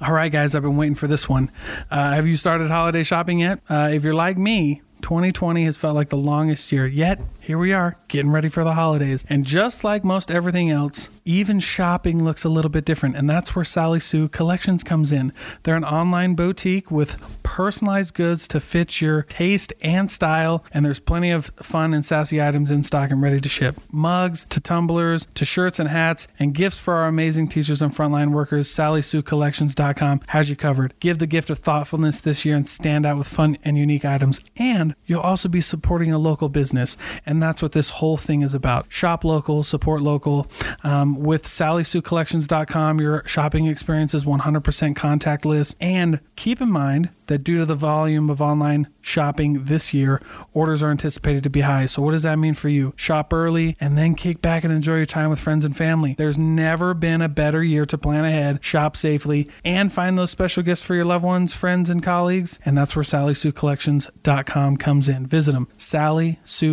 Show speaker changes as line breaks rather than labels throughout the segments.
All right, guys, I've been waiting for this one. Uh, have you started holiday shopping yet? Uh, if you're like me, 2020 has felt like the longest year, yet here we are getting ready for the holidays. And just like most everything else, even shopping looks a little bit different. And that's where Sally Sue Collections comes in. They're an online boutique with personalized goods to fit your taste and style. And there's plenty of fun and sassy items in stock and ready to ship mugs to tumblers to shirts and hats and gifts for our amazing teachers and frontline workers. Sally Sue Collections.com has you covered. Give the gift of thoughtfulness this year and stand out with fun and unique items. And you'll also be supporting a local business. And that's what this whole thing is about. Shop local, support local. Um, with SallySueCollections.com, your shopping experience is 100% contactless. And keep in mind that due to the volume of online shopping this year, orders are anticipated to be high. So, what does that mean for you? Shop early and then kick back and enjoy your time with friends and family. There's never been a better year to plan ahead, shop safely, and find those special gifts for your loved ones, friends, and colleagues. And that's where SallySueCollections.com comes in. Visit them,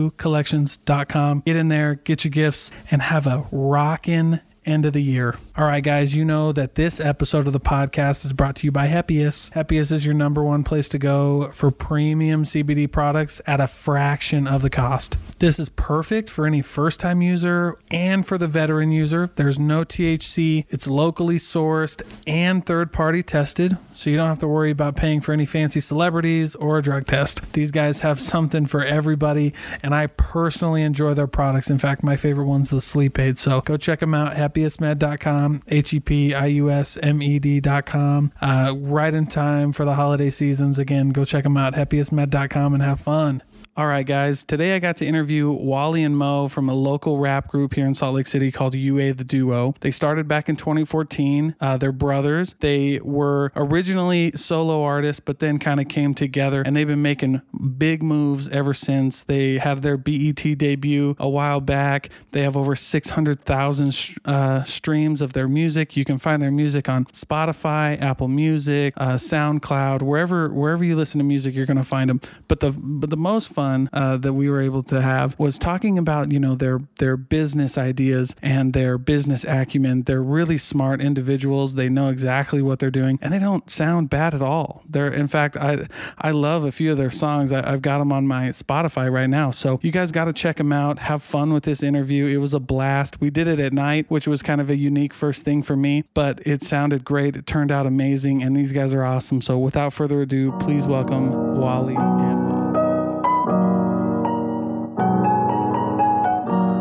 SallySueCollections.com. Get in there, get your gifts, and have a rockin' end of the year. All right, guys, you know that this episode of the podcast is brought to you by Heppius. Heppius is your number one place to go for premium CBD products at a fraction of the cost. This is perfect for any first time user and for the veteran user. There's no THC, it's locally sourced and third party tested, so you don't have to worry about paying for any fancy celebrities or a drug test. These guys have something for everybody, and I personally enjoy their products. In fact, my favorite one's the Sleep Aid, so go check them out. Hep- happiestmed.com, H E P I U S M E D.com. Uh, right in time for the holiday seasons. Again, go check them out, happiestmed.com, and have fun. All right, guys. Today I got to interview Wally and Mo from a local rap group here in Salt Lake City called UA The Duo. They started back in 2014. Uh, they're brothers. They were originally solo artists, but then kind of came together and they've been making big moves ever since. They had their BET debut a while back. They have over 600,000 sh- uh, streams of their music. You can find their music on Spotify, Apple Music, uh, SoundCloud, wherever wherever you listen to music, you're going to find them. But the but the most fun uh, that we were able to have was talking about you know their their business ideas and their business acumen. They're really smart individuals. They know exactly what they're doing, and they don't sound bad at all. They're in fact, I I love a few of their songs. I, have got them on my Spotify right now, so you guys got to check them out. Have fun with this interview. It was a blast. We did it at night, which was kind of a unique first thing for me, but it sounded great. It turned out amazing, and these guys are awesome. So without further ado, please welcome Wally and.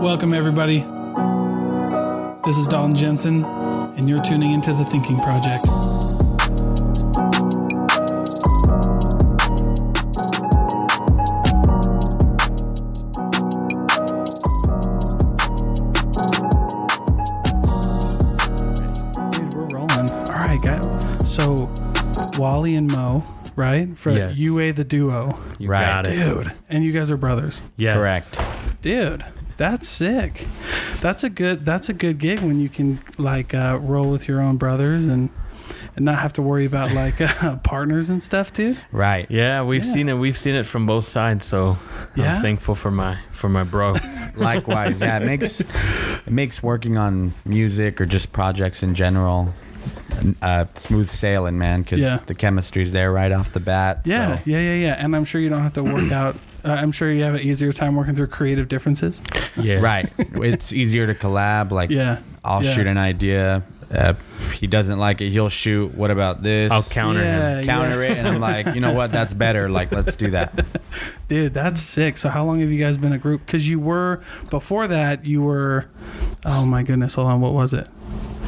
Welcome, everybody. This is Dalton Jensen, and you're tuning into The Thinking Project. Dude, we're rolling. All right, guys. So, Wally and Mo, right? For
Yes.
UA the duo.
You
Right.
got it.
Dude. And you guys are brothers.
Yes.
Correct.
dude that's sick that's a good that's a good gig when you can like uh, roll with your own brothers and and not have to worry about like uh, partners and stuff dude
Right.
Yeah, we've
Yeah.
seen it. We've seen it from both sides. So
Yeah?
I'm thankful for my for my bro.
Likewise. Yeah. It makes it makes working on music or just projects in general uh, smooth sailing, man. Because
Yeah.
the chemistry's there right off the bat.
yeah
so-
yeah yeah yeah and i'm sure you don't have to work out uh, i'm sure you have an easier time working through creative differences
yeah.
Right. It's easier to collab. Like,
yeah
I'll
yeah.
shoot an idea. Uh, he doesn't like it. He'll shoot. What about this?
I'll counter him.
Yeah,
counter it, and I'm like, you know what? That's better. Like, let's do that.
yeah. dude that's sick so how long have you guys been a group because you were before that you were oh my goodness hold on what was it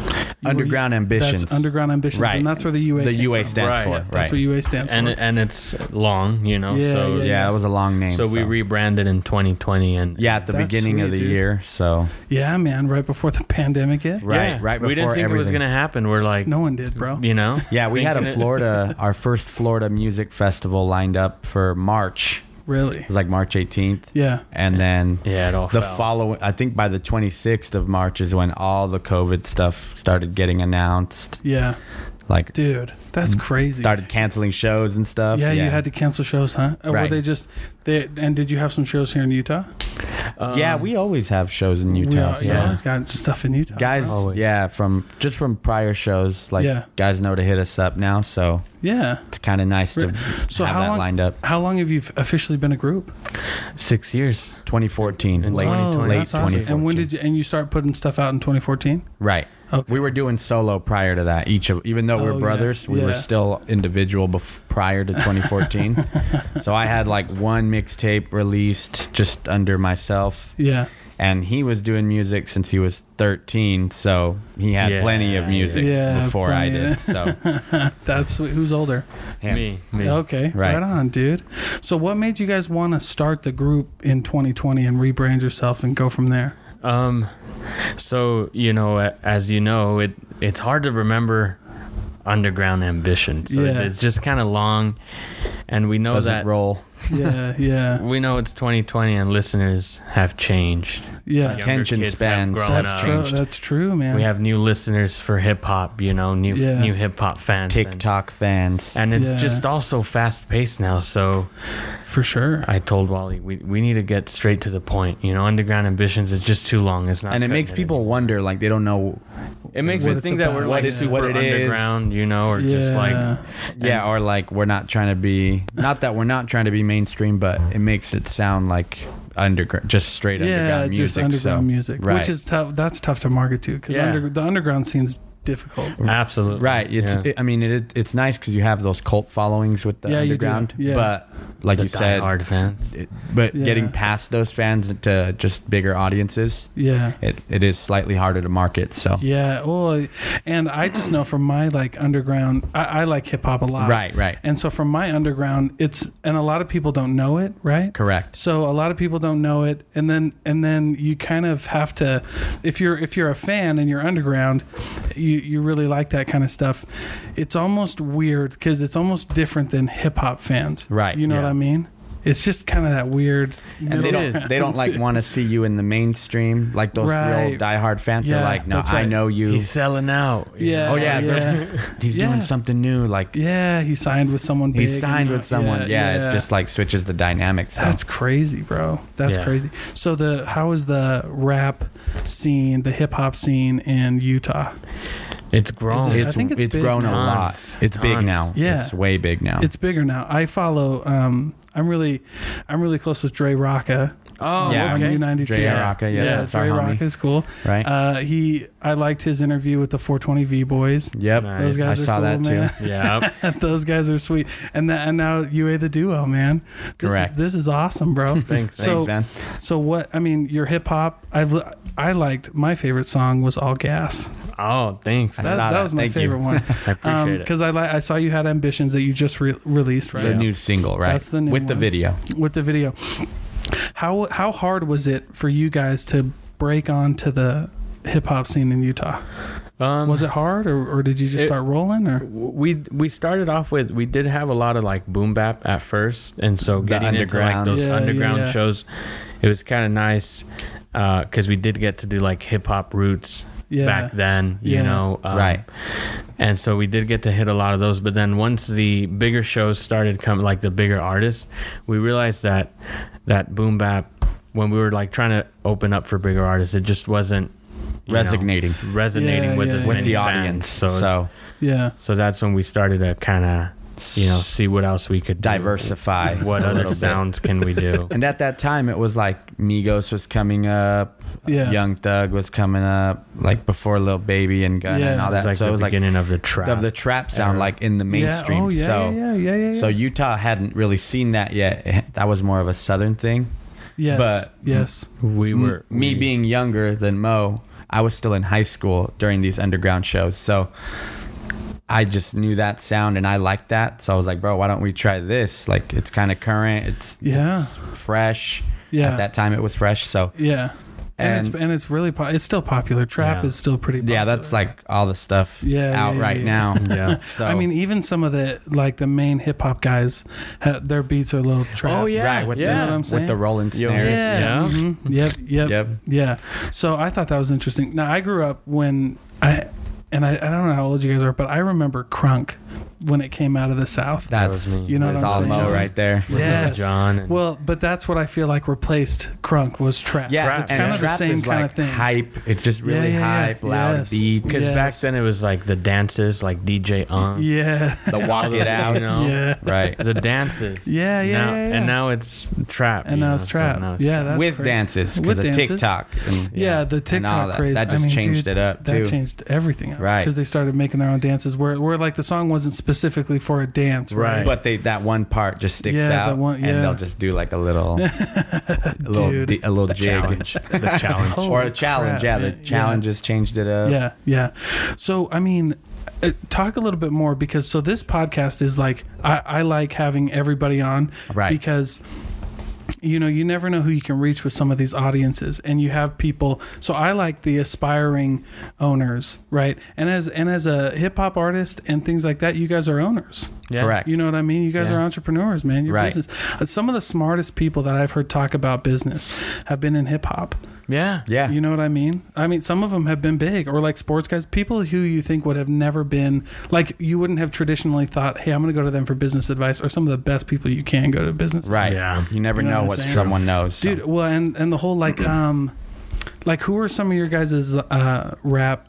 You were-
Underground ambitions.
that's underground ambitions
Right.
and that's where the ua
The
came
UA
from.
stands
Right.
for
Yeah,
right.
that's what ua stands
And
for
it- and it's long, you know.
Yeah,
so
yeah, that was a long name.
So we rebranded in 2020, and
Yeah, at the
That's
beginning of
sweet,
the
dude.
year. So
Yeah, man, right before the pandemic hit.
right,
Yeah.
right before
we didn't think it was
everything.
gonna happen. We're like,
No one did, bro.
you know.
Yeah, we had a
thinking it-
Florida, our first Florida music festival lined up for March.
Really?
It was like March 18th.
Yeah.
And then
Yeah, it all
the
fell.
following, I think by the 26th of March is when all the COVID stuff started getting announced.
Yeah.
Like
Dude, that's crazy.
Mm-hmm. started canceling shows and stuff.
yeah, you had to cancel shows, huh? Or Were
Right.
they just they? And did you have some shows here in Utah?
yeah,
Um,
we always have shows in Utah.
we,
so-
yeah.
yeah.
always got stuff in Utah.
Guys,
bro.
Always.
yeah, from just from prior shows, like
Yeah.
guys know to hit us up now, so
yeah.
it's kind of nice to
So
have
how
that
long-
lined up.
How long have you officially been a group? Oh,
six years.
2014,
In
late,
2020.
late
that's awesome.
2014.
And when did you, and you start putting stuff out in 2014?
Right.
Okay.
We were doing solo prior to that. Each of even though
Oh,
we're
yeah.
brothers, we were
Yeah.
still individual bef- prior to 2014. so I had like one mixtape released just under myself,
Yeah.
and he was doing music since he was 13. So he had
Yeah.
plenty of music
Yeah,
before I
plenty.
did. So
That's who's older.
him.
Me, me.
Okay. Right.
Right.
on, dude. So what made you guys want to start the group in 2020 and rebrand yourself and go from there?
Um, so you know, a- as you know, it it's hard to remember underground ambition. So it's,
Yeah.
it's just kind of long, and we know
doesn't
that
roll.
Yeah, yeah.
we know it's 2020, and listeners have changed.
Yeah.
Younger
Attention
kids have
spans
grown
have
That's
up.
true.
changed.
That's true, man.
We have new listeners for hip hop. You know, new
Yeah.
new hip hop fans. and-
TikTok fans.
And it's
Yeah.
just also fast paced now. So
for sure.
I told Wally, we, we need to get straight to the point. You know, underground ambitions is just too long. It's not.
and it
cutting
makes people wonder, like they don't know,
It makes
what
me
it's
think that
about.
we're
What
like
it-
super
what it is.
underground, you know, or just
Yeah.
like
yeah, or like we're not trying to be, not that we're not trying to be mainstream, but it makes it sound like underground, just straight underground music.
just underground
so,
music,
right?
which is tough. That's tough to market to because
Yeah.
under, the underground scene's difficult.
absolutely
right. It's,
yeah.
it, I mean, it, it's nice because you have those cult followings with the
Yeah, you do,
underground,
yeah.
but like
the
you said,
hard fans.
it, but
Yeah.
getting past those fans to just bigger audiences,
Yeah.
it, it is slightly harder to market. So,
Yeah. Well, and I just know from my like underground, I, I like hip hop a lot.
right, right,
And so from my underground, it's and a lot of people don't know it, right?
correct.
So a lot of people don't know it, and then and then you kind of have to, if you're if you're a fan and you're underground, you you really like that kind of stuff. It's almost weird because it's almost different than hip hop fans,
Right,
You know
yeah.
what I mean? It's just kind of that weird.
and they
middle-
don't they don't like want to see you in the mainstream like those
Right.
real diehard fans
Yeah,
are like no
that's
i
right.
know Oh, you
He's selling out. you
Yeah.
know?
oh yeah, they're- he's
Yeah.
doing something new like
Yeah, he signed with someone.
he's
big
signed
and-
with someone yeah, it just like switches the dynamics so.
That's crazy, bro. That's
Yeah.
crazy. So the how is the rap scene, the hip hop scene in Utah?
It's grown.
Is it- I
it's,
think it's
it's
big.
grown a lot
Tons.
it's big
Tons.
now
Yeah.
it's way big now
It's bigger now. I follow. Um, I'm really, I'm really close with Dre Rocca
oh
Yeah,
on
okay.
U92.
Dre Rocca, yeah, that's our
Dre
homie.
Rocca is cool.
right
Uh, he, I liked his interview with the 420V boys.
yep
Nice.
Those guys
I
are
saw
cool,
that too.
man.
yeah.
Those guys are sweet. And that, and now UA the duo, man. This
Correct.
Is, this is awesome, bro.
Thanks.
So-
thanks man
so what? I mean, your hip hop. I've, I liked my favorite song was All Gas.
Oh, thanks.
I Um,
That,
saw
that
that.
was my
Thank you.
favorite one.
I appreciate it.
because I li- I saw you had ambitions that you just re- released right
the new single right
That's the new
with the
one.
video
with the video. How how hard was it for you guys to break onto the hip hop scene in Utah?
Um,
Was it hard, or, or did you just
It-
start rolling? Or
we we started off with we did have a lot of like boom bap at first, and so
The
getting into like
underground.
those
Yeah, yeah,
underground
yeah.
shows, it was kind of nice because we did get to do like hip hop roots
yeah,
back then, you
Yeah.
know. um,
Right.
And so we did get to hit a lot of those, but then once the bigger shows started coming, like the bigger artists, we realized that that boom bap when we were like trying to open up for bigger artists, it just wasn't you know,
Resonating.
resonating
Yeah,
with
yeah,
as
yeah.
with
many
the
fans.
audience
So, so
so
yeah,
that's when we started to kind of you know, see what else we could do.
diversify
What
a
other
little bit.
sounds can we do?
And at that time, it was like Migos was coming up,
Yeah.
Young Thug was coming up, like before Lil Baby and Gunna
Yeah.
and all
It was
that.
like
so
the
it was like
beginning of the trap.
of the trap sound,
era.
like in the
Yeah. Oh,
mainstream.
yeah,
so,
yeah, yeah, yeah, yeah.
so Utah hadn't really seen that yet. That was more of a southern thing.
yes,
but-
yes,
we were
M- me
we-
being younger than Mo, I was still in high school during these underground shows. So I just knew that sound and I liked that. So I was like, bro, why don't we try this? Like it's kind of current. It's
Yeah.
it's fresh.
Yeah.
At that time, it was fresh. So
yeah. And, it's
And-
and it's really po- it's still popular. Trap
Yeah.
is still pretty. popular.
yeah, that's like all the stuff
Yeah, yeah,
out
yeah,
right
yeah.
now.
yeah.
So
I mean, even some of the like the main hip hop guys, ha- their beats are a little trap.
yeah.
right with
You know what
I'm
the with the
saying?
rolling
Yo,
snares.
Yeah.
Yeah.
mhm. Yep. Yep.
Yep.
Yeah. So I thought that was interesting. Now I grew up when I and I, I don't know how old you guys are, but I remember Crunk when it came out of the South.
That's
was me.
You know
that's
what I'm
all
saying?
Mo right there.
Yes.
John and-
well, but that's what I feel like replaced Crunk was Trap.
Yeah,
it's kind of the
trap
same
is
kind
like
of thing.
Hype. It's just really
Yeah, yeah, yeah.
hype, loud
Yes.
beats.
Because
Yes.
back then it was like the dances, like DJ on.
Yeah.
The walk it out.
You know?
Yeah.
Right.
The dances.
Yeah, yeah,
Now-
yeah, yeah.
And now it's trap.
And
you
now
know,
it's
so
trap.
now it's
yeah,
trap.
that's
With
crazy.
dances
With
because of
dances.
TikTok. and-
Yeah, the
and all
TikTok
that.
craze.
That
I
just
mean,
changed
dude,
it up
That
too.
changed everything up.
Right.
Because they started making their own dances where, where like the song wasn't specifically for a dance, right?
Right.
But they that one part just sticks
Yeah,
out,
that one- yeah.
and they'll just do like a little, a little,
Dude.
di- a little
The
jig,
challenge. the challenge.
Holy
or a challenge.
crap.
Yeah, the
Yeah.
challenges changed it up.
yeah, yeah. So I mean, uh, talk a little bit more because so this podcast is like I, I like having everybody on,
Right.
Because you know you never know who you can reach with some of these audiences, and you have people. So I like the aspiring owners, right? And as and as a hip hop artist and things like that, you guys are owners.
Yeah.
Correct.
You know what I mean? You guys
Yeah.
are entrepreneurs, man. Your
Right.
business. Uh, Some of the smartest people that I've heard talk about business have been in hip hop.
Yeah.
yeah.
You know what I mean? I mean, some of them have been big or like sports guys, people who you think would have never been, like, you wouldn't have traditionally thought, hey, I'm going to go to them for business advice or some of the best people you can go to business.
right.
Yeah.
You never
You know
know,
what I'm
what
saying?
someone knows. so-
Dude, well, and, and the whole like, um, like, who are some of your guys' uh, rap?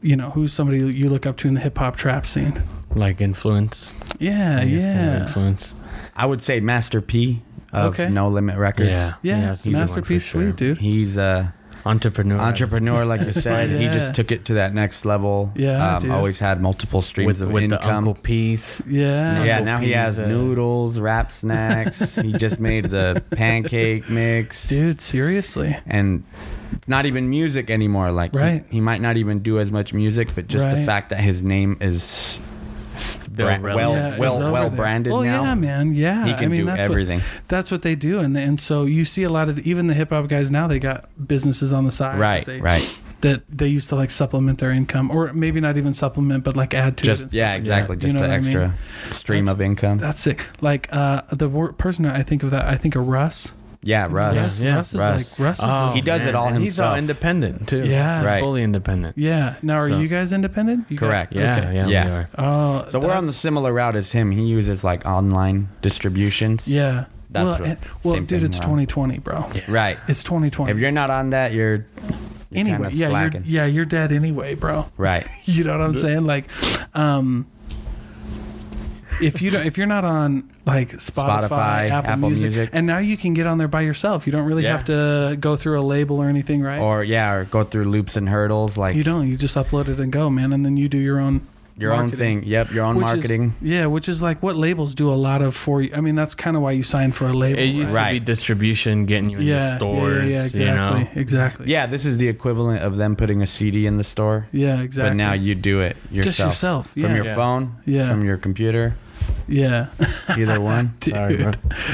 You know, who's somebody you look up to in the hip hop trap scene?
Like influence.
Yeah,
I guess kind of
yeah.
influence.
I would say Master P of
Okay.
No Limit Records.
Yeah.
Yeah,
it's an easy one for
masterpiece,
sure.
sweet dude.
He's uh, a
Entrepreneur.
entrepreneur, like you said. He
Yeah.
just took it to that next level.
Yeah,
um,
dude.
always had multiple streams
With,
of
with the
income.
Uncle Piece.
Yeah.
yeah,
Uncle
now he
P's,
has
uh,
noodles, wrap snacks. he just made the pancake mix.
Dude, seriously.
and not even music anymore. Like he-
Right.
he, might not even do as much music, but just the
Right.
fact that his name is
Still
Brand-
relevant.
well-
it's
well-
over
well
there.
branded
Well,
now.
yeah, man. Yeah.
he can
I mean,
do
that's
everything.
What, that's what they do. And, and so you see a lot of, the, even the hip hop guys now, they got businesses on the side.
right,
That they,
right.
That they used to like supplement their income or maybe not even supplement, but like add to it. and
Just
stuff like
yeah,
that.
exactly.
You
Just
know
the
what I
extra
mean?
stream
That's-
of income.
That's sick. Like uh, the wor- person I think of that, I think of Russ.
Yeah, Russ.
Russ,
Yeah,
Russ is
Russ.
like, Russ is
Oh,
the.
He does it all
and He's all
himself.
independent too.
Yeah.
He's
Right.
fully independent.
Yeah. Now, are
So-
you guys independent? You guys-
Correct.
Yeah.
okay.
Yeah.
Yeah.
We are.
Oh,
So we're on
that's-
the similar route as him. He uses like online distributions.
Yeah.
That's
well,
what-
and- well,
same
dude,
thing uh,
it's
we're on.
2020, bro.
Right.
It's 2020.
If you're not on that, you're, you're
anyway,
kinda
yeah,
slacking.
you're, yeah, you're dead anyway, bro.
Right.
You know what I'm saying? Like, um, if you don't, if you're not on like Spotify,
Spotify,
Apple,
Apple
Music,
Music.
and now you can get on there by yourself. You don't really
Yeah.
have to go through a label or anything, right?
Or yeah, or go through loops and hurdles like
you don't. You just upload it and go, man, and then you do your own
your own
marketing.
thing. Yep, your own
Which is-
marketing.
yeah, which is like what labels do a lot of for you. I mean, that's kind of why you sign for a label.
It used
Right.
to be distribution, getting you
yeah,
into
yeah,
stores.
yeah, yeah, exactly,
You know.
exactly.
yeah, this is the equivalent of them putting a CD in the store.
yeah, exactly.
But now you do it yourself.
just yourself, yeah,
From your
Yeah.
phone,
Yeah.
from your computer,
yeah.
either one.
Dude.
Sorry, bro.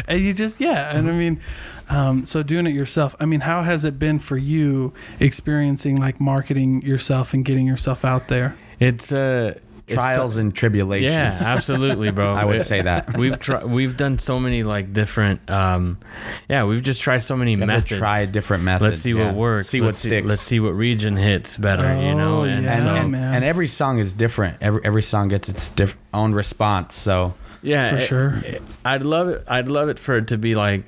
and you just yeah
Mm-hmm.
and i mean um, so doing it yourself i mean how has it been for you experiencing like marketing yourself and getting yourself out there
It's uh it's
Trials
th-
and tribulations.
yeah, absolutely, bro.
I would
It-
say that.
we've tried. We've done so many like different. um Yeah, we've just tried so many
You have
methods.
to try different methods.
Let's see
yeah.
what works.
See what
let's
sticks.
let's see what region hits better. you know.
Oh,
And
yeah.
and,
so
and,
man.
and every song is different. Every every song gets its diff- own response. So
yeah,
For
it-
sure.
it- I'd love it. I'd love it for it to be like,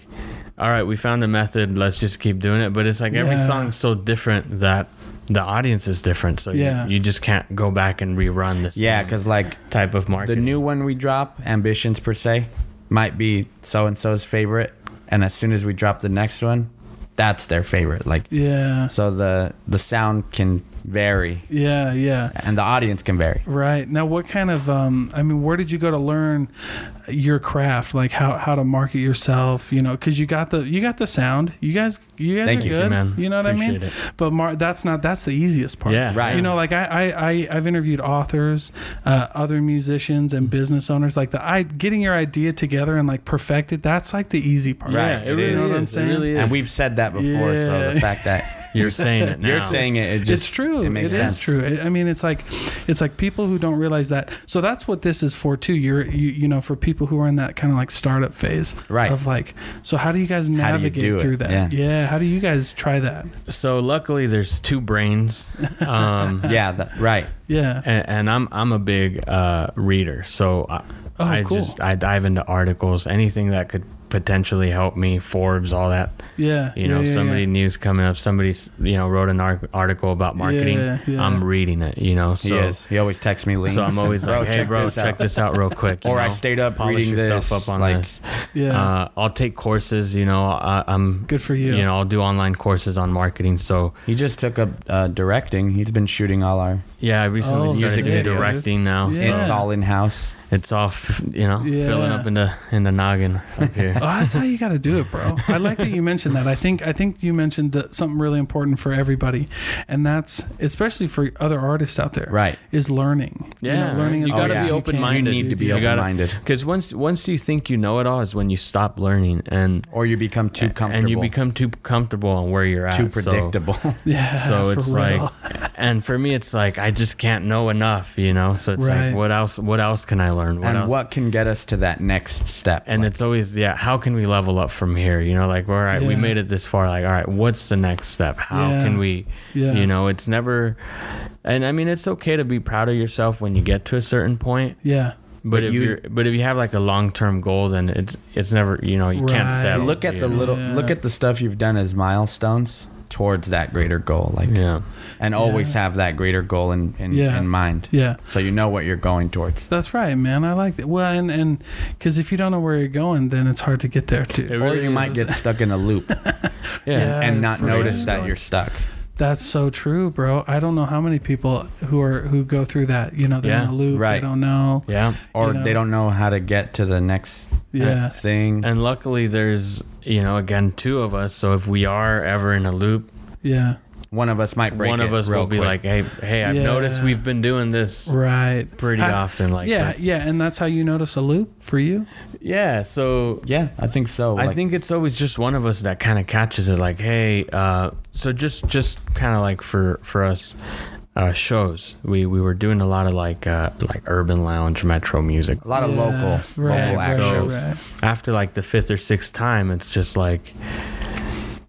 all right, we found a method. Let's just keep doing it. But it's like every
Yeah.
song's so different that the audience is different. So
Yeah.
you, you just can't go back and rerun this.
yeah, because like
type of market.
the new one we drop, Ambitions per se, might be so and so's favorite, and as soon as we drop the next one, that's their favorite. Like
yeah
so the the sound can vary
yeah yeah
and the audience can vary.
right now what kind of um, i mean where did you go to learn your craft like how, how to market yourself you know because you got the you got the sound you guys you guys
Thank
are
you,
good
man.
you know what i mean
Appreciate it.
but mar- that's not that's the easiest part
Yeah.
Right.
you know like i i, I i've interviewed authors uh, other musicians and
Mm-hmm.
business owners like the i getting your idea together and like perfect it that's like the easy part
Right.
Yeah, it
it
really
is.
is.
You know what I'm
It
saying?
really is.
And we've said that before, so
Yeah.
the fact that
You're saying it now.
You're saying it. it just,
it's true.
It
It
makes
is
sense.
true. It- I mean, it's like it's like people who don't realize that. So that's what this is for too. You're you, you know for people who are in that kind of like startup phase,
Right.
Of like, so how do you guys
you
navigate
do it?
through that?
Yeah.
how do you guys try that?
So luckily, there's two brains. Um,
Yeah. That, right.
Yeah,
and, and I'm I'm a big uh, reader, so I,
Oh,
I
cool.
just I dive into articles, anything that could potentially help me, Forbes, all that.
yeah.
You know,
yeah, yeah,
somebody
yeah.
news coming up, somebody you know wrote an ar- article about marketing.
Yeah, yeah.
I'm reading it. You know, so
he is. He always texts me links.
so I'm always
Bro,
like, hey, bro, check
out.
this out real quick. you
Or I
know?
stayed up
Polish
reading
yourself
this,
up on
like-
this.
Yeah.
Uh, I'll take courses. You know, I, I'm
Good for you.
You know, I'll do online courses on marketing. So
He just took up uh, directing. He's been shooting all our.
yeah, I recently
Oh,
started
Music videos.
directing now.
Yeah.
So
It's all in house.
it's off you know
Yeah.
filling up in the in the noggin up here
Oh, that's how you got to do it, bro. I like that you mentioned that. I think I think you mentioned that something really important for everybody, and that's especially for other artists out there.
Right.
Is learning. You know,
Yeah,
learning
you
as
gotta
much
be
as you can.
open-minded.
You need to be
Yeah.
You gotta-
open-minded,
because once once you think you know it all is when you stop learning and
or you become too comfortable
and you become too comfortable on where you're at
too
so-
predictable.
Yeah. for
so it's
real.
like and for me it's like i just can't know enough you know so it's
Right.
like what else what else can i learn what
and
else
what can get us to that next step?
and
Like,
it's always yeah how can we level up from here you know like all right we
Yeah.
made it this far like all right what's the next step how
Yeah.
can we
Yeah.
you know it's never and i mean it's okay to be proud of yourself when you get to a certain point
yeah.
but
But
if
you-
you but if you have like a long-term goal then it's it's never you know you can't
Right.
settle
look at
you
the
know?
little
Yeah.
look at the stuff you've done as milestones towards that greater goal like
yeah
and always have that greater goal in in,
Yeah.
in mind
Yeah.
so you know what you're going towards
That's right, man. I like that. Well, and and because if you don't know where you're going, then it's hard to get there too.
It
or
really
you might
is.
get stuck in a loop
yeah,
Yeah.
and not
for sure.
notice that you're stuck
That's so true, bro. I don't know how many people who are who go through that. You know, they're in
Yeah.
a loop. They
Right.
don't know.
yeah.
or
You know.
they don't know how to get to the next
Yeah.
uh, thing
and luckily there's you know again two of us so if we are ever in a loop
Yeah.
one of us might break
one of
it
us
real
will be
quick.
like hey hey i've
Yeah.
noticed we've been doing this
Right.
pretty
How-
often like
yeah,
this.
yeah, and that's how you notice a loop for you.
yeah so
yeah i think so
I
Like,
think it's always just one of us that kind of catches it. Like, hey, uh, so just just kind of like for for us uh, shows, we we were doing a lot of like uh, like urban lounge metro music.
a lot of
Yeah,
local
right,
local
right,
act
so-
shows.
right.
After like the fifth or sixth time, it's just like,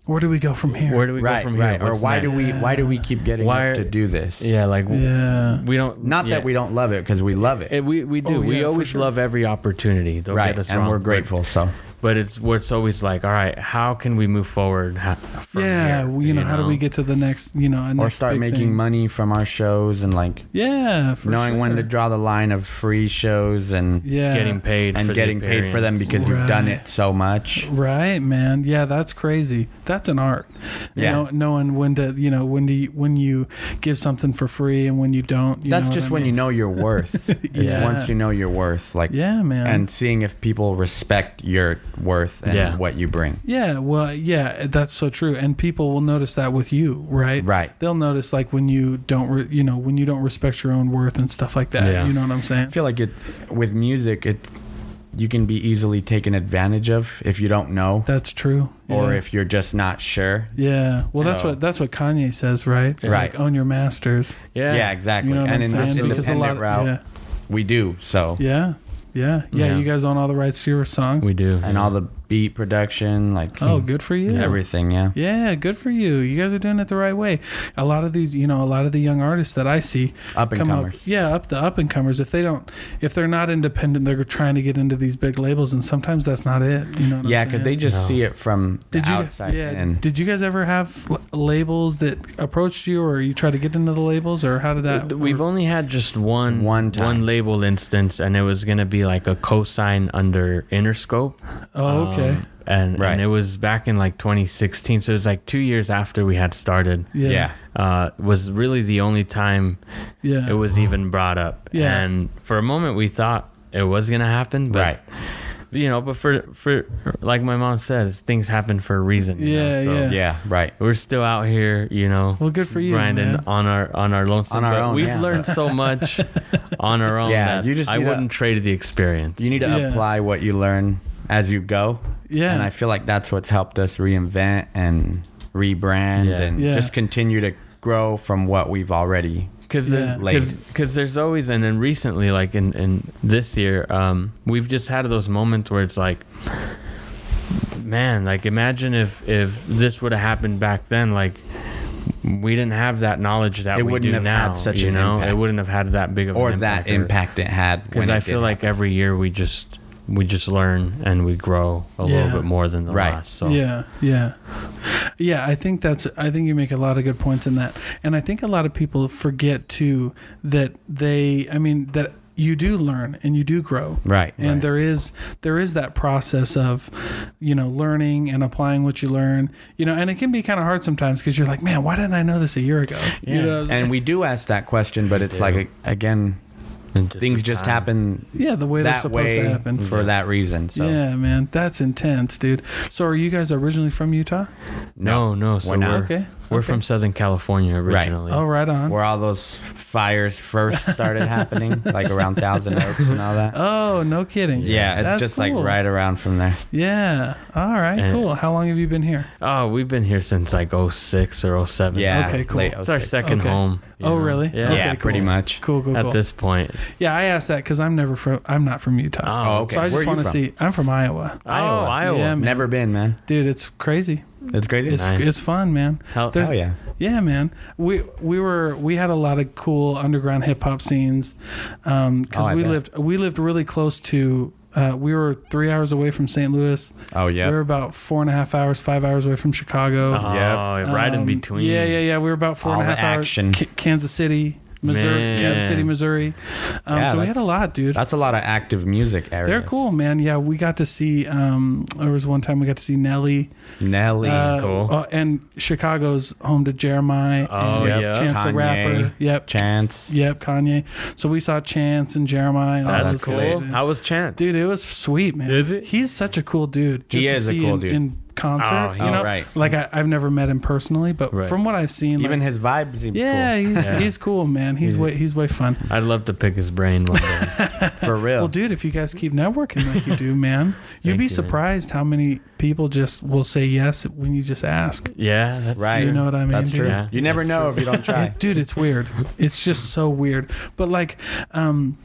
Where do we go from here?
where do we
right
go from
right
here?
or
What's
why do
next?
we why do we keep getting
Why-
up to do this
Yeah, like w-
yeah.
we don't.
not
yeah.
that we don't love it because we love it
It- Eh, we we do.
Oh,
we
yeah, for
always
sure.
love every opportunity. Don't
right
get us
and
wrong,
we're
but-
grateful so
But it's where it's always like, all right, how can we move forward? ha- from
yeah,
here,
well, you know, how do we get to the next, you know, a
or
next
start
big
making
thing?
money from our shows and like
Yeah, for
knowing when to
sure.
draw the line of free shows and
yeah.
getting paid for
and
the
getting paid for them
appearance.
because we've done
Right.
it so much.
Right, man. Yeah, that's crazy. That's an art. You
Yeah.
know, knowing when to, you know, when to, when you give something for free and when you don't. You
That's just when you know your worth. It's
Yeah.
once you know your worth, like
Yeah, man.
and seeing if people respect your worth and
Yeah.
what you bring.
yeah, well, yeah, that's so true. And people will notice that with you, right?
Right.
They'll notice like when you don't, re- you know, when you don't respect your own worth and stuff like that.
Yeah.
You know what I'm saying?
I feel like it with music, it you can be easily taken advantage of if you don't know
That's true.
or
Yeah.
if you're just not sure.
yeah, well, that's
So-
what that's what Kanye says, right?
Right.
Like own your masters.
Yeah,
Yeah,
exactly.
You know what
and
I'm
in
saying?
this independent route,
yeah,
we do so.
yeah, yeah, yeah,
Yeah.
You guys own all the rights to your songs.
we do.
And all the beat production, like
Oh, good for you.
everything, yeah.
Yeah, good for you. You guys are doing it the right way. A lot of these, you know, a lot of the young artists that I see
Up and
come up,
comers.
yeah, up the up and comers. If they don't, if they're not independent, they're trying to get into these big labels, and sometimes that's not it. You know? What
Yeah,
I'm
because
saying?
they just
No.
see it from the
did you
outside.
yeah
and
did you guys ever have l- labels that approached you, or you tried to get into the labels, or how did that?
Uh, We've only had just one
One time.
one label instance, and it was gonna be like a cosign under Interscope.
oh, okay.
Um, and
Right.
and it was back in like 2016, so it was like two years after we had started.
yeah,
yeah.
yeah,
Uh, was really the only time it was even brought up.
Mm-hmm. Yeah.
And for a moment, we thought it was gonna happen, but
Right.
you know, but for for like my mom says, things happen for a reason. you know,
Yeah,
so
yeah.
Yeah, right.
We're still out here, you know.
Well, good for you,
grinding
man.
on our on our lonesome.
On our
but
own,
we've
yeah.
learned so much on our own.
Yeah,
that
you just
I
need a-
wouldn't trade the experience.
You need to
Yeah.
apply what you learn as you go.
Yeah.
And I feel like that's what's helped us reinvent and rebrand
Yeah.
and
Yeah.
just continue to grow from what we've already.
because
Yeah.
because there's always and then recently like in in this year um we've just had those moments where it's like man like imagine if if this would have happened back then like we didn't have that knowledge that
It
we
wouldn't
do
have
now
had such
you
an
know
impact.
it wouldn't have had that big of
or
an impact
that impact it had.
because
when it
I
did
feel like every year we just we just learn and we grow a
Yeah.
little bit more than the
Right.
last so
Yeah, yeah, yeah. I think that's. I think you make a lot of good points in that, and I think a lot of people forget too that they. I mean that you do learn and you do grow.
Right,
And
right.
there is there is that process of, you know, learning and applying what you learn. You know, and it can be kind of hard sometimes because you're like, man, why didn't I know this a year ago? You
Yeah.
know,
and we do ask that question, but it's like again,
And just
things
the
just
time.
happen
yeah, the way they're
that
supposed
way
to happen.
for that reason. So
Yeah, man, that's intense, dude. So, are you guys originally from Utah?
no no so
We're
we're,
not.
we're,
Okay, okay.
from southern california
Right.
originally
Oh, right on.
where all those fires first started happening, like around Thousand Oaks and all that.
Oh, no kidding.
Yeah, it's
That's
just
cool.
like right Eh. around from there.
Yeah. All right.
And-
cool. How long have you been here?
Oh, we've been here since like 06 or 07.
Yeah,
Okay, cool.
late
It's our
06.
second
Okay.
home. you
Oh,
know?
really?
Yeah.
Okay,
Yeah, pretty
cool.
much.
Cool. Cool.
At
cool.
this point.
yeah, I asked that because I'm never from. I'm not from Utah.
Oh,
Oh, okay.
So I
Where
just
are
want
you
to
from? Ah.
see. I'm from Iowa,
Oh, Iowa.
Iowa. Yeah, man.
Never been, man.
dude. It's crazy.
It's crazy.
It's
Nice.
it's fun, man.
Hell,
There's-
Hell yeah.
Yeah, man. We we were we had a lot of cool underground hip hop scenes because
Oh, I
we
bet.
lived we lived really close to. Uh, we were three hours away from St. Louis.
Oh
We were
yeah.
about four and a half hours, five hours away from Chicago.
Uh-huh.
oh, right in
Um,
between.
Yeah, yeah, yeah. We were about four
All
and a
the
half
action.
hours. K- Kansas City, Missouri. Kansas
Man.
City, Missouri. Um,
Yeah,
so we had
that's-
a lot, dude.
That's a lot of active music areas.
They're cool, man. Yeah, we got to see. Um, there was one time we got to see Nelly.
Nelly.
uh,
cool.
uh, and Chicago's home to Jeremiah.
Oh,
and
yeah.
Chance the
Kanye.
Rapper. Yep.
Chance.
Yep. Kanye. So we saw Chance and Jeremiah. And all
That's
those
cool.
guys, man.
How was Chance?
Dude, it was sweet, man.
Is it?
He's such a cool dude. Just to
is a
see
cool
in,
dude.
in concert.
Oh,
you
oh,
know,
right.
like I, I've never met him personally, but
Right.
from what I've seen,
Even
like,
his vibe seems
yeah,
cool.
he's
Yeah.
he's cool, man. He's way he's way fun.
I'd love to pick his brain one day.
For real.
Well, dude, if you guys keep networking like you do, man, you'd
Thank
be
you, man.
surprised how many people just will say yes when you just ask.
yeah, that's
right.
You know what I mean,
That's
dude?
true.
Yeah.
You never know if you don't try.
It- dude, it's weird. It's just so weird. But like, um,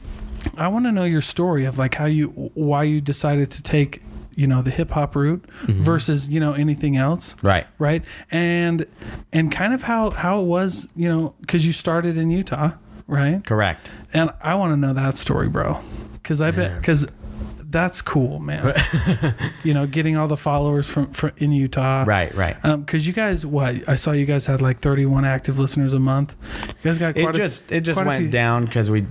I want to know your story of like how you why you decided to take you know the hip hop route
Mm-hmm.
Mm-hmm.
versus you know anything else.
right.
right and and kind of how how it was you know because you started in utah right
Correct.
and i want to know that story bro because i bet because that's cool man you know getting all the followers from, from in utah
Right. Right.
because Um, you guys what i saw you guys had like 31 active listeners a month you guys got
it
quite a-
just it just
quite a
went
few-
down because we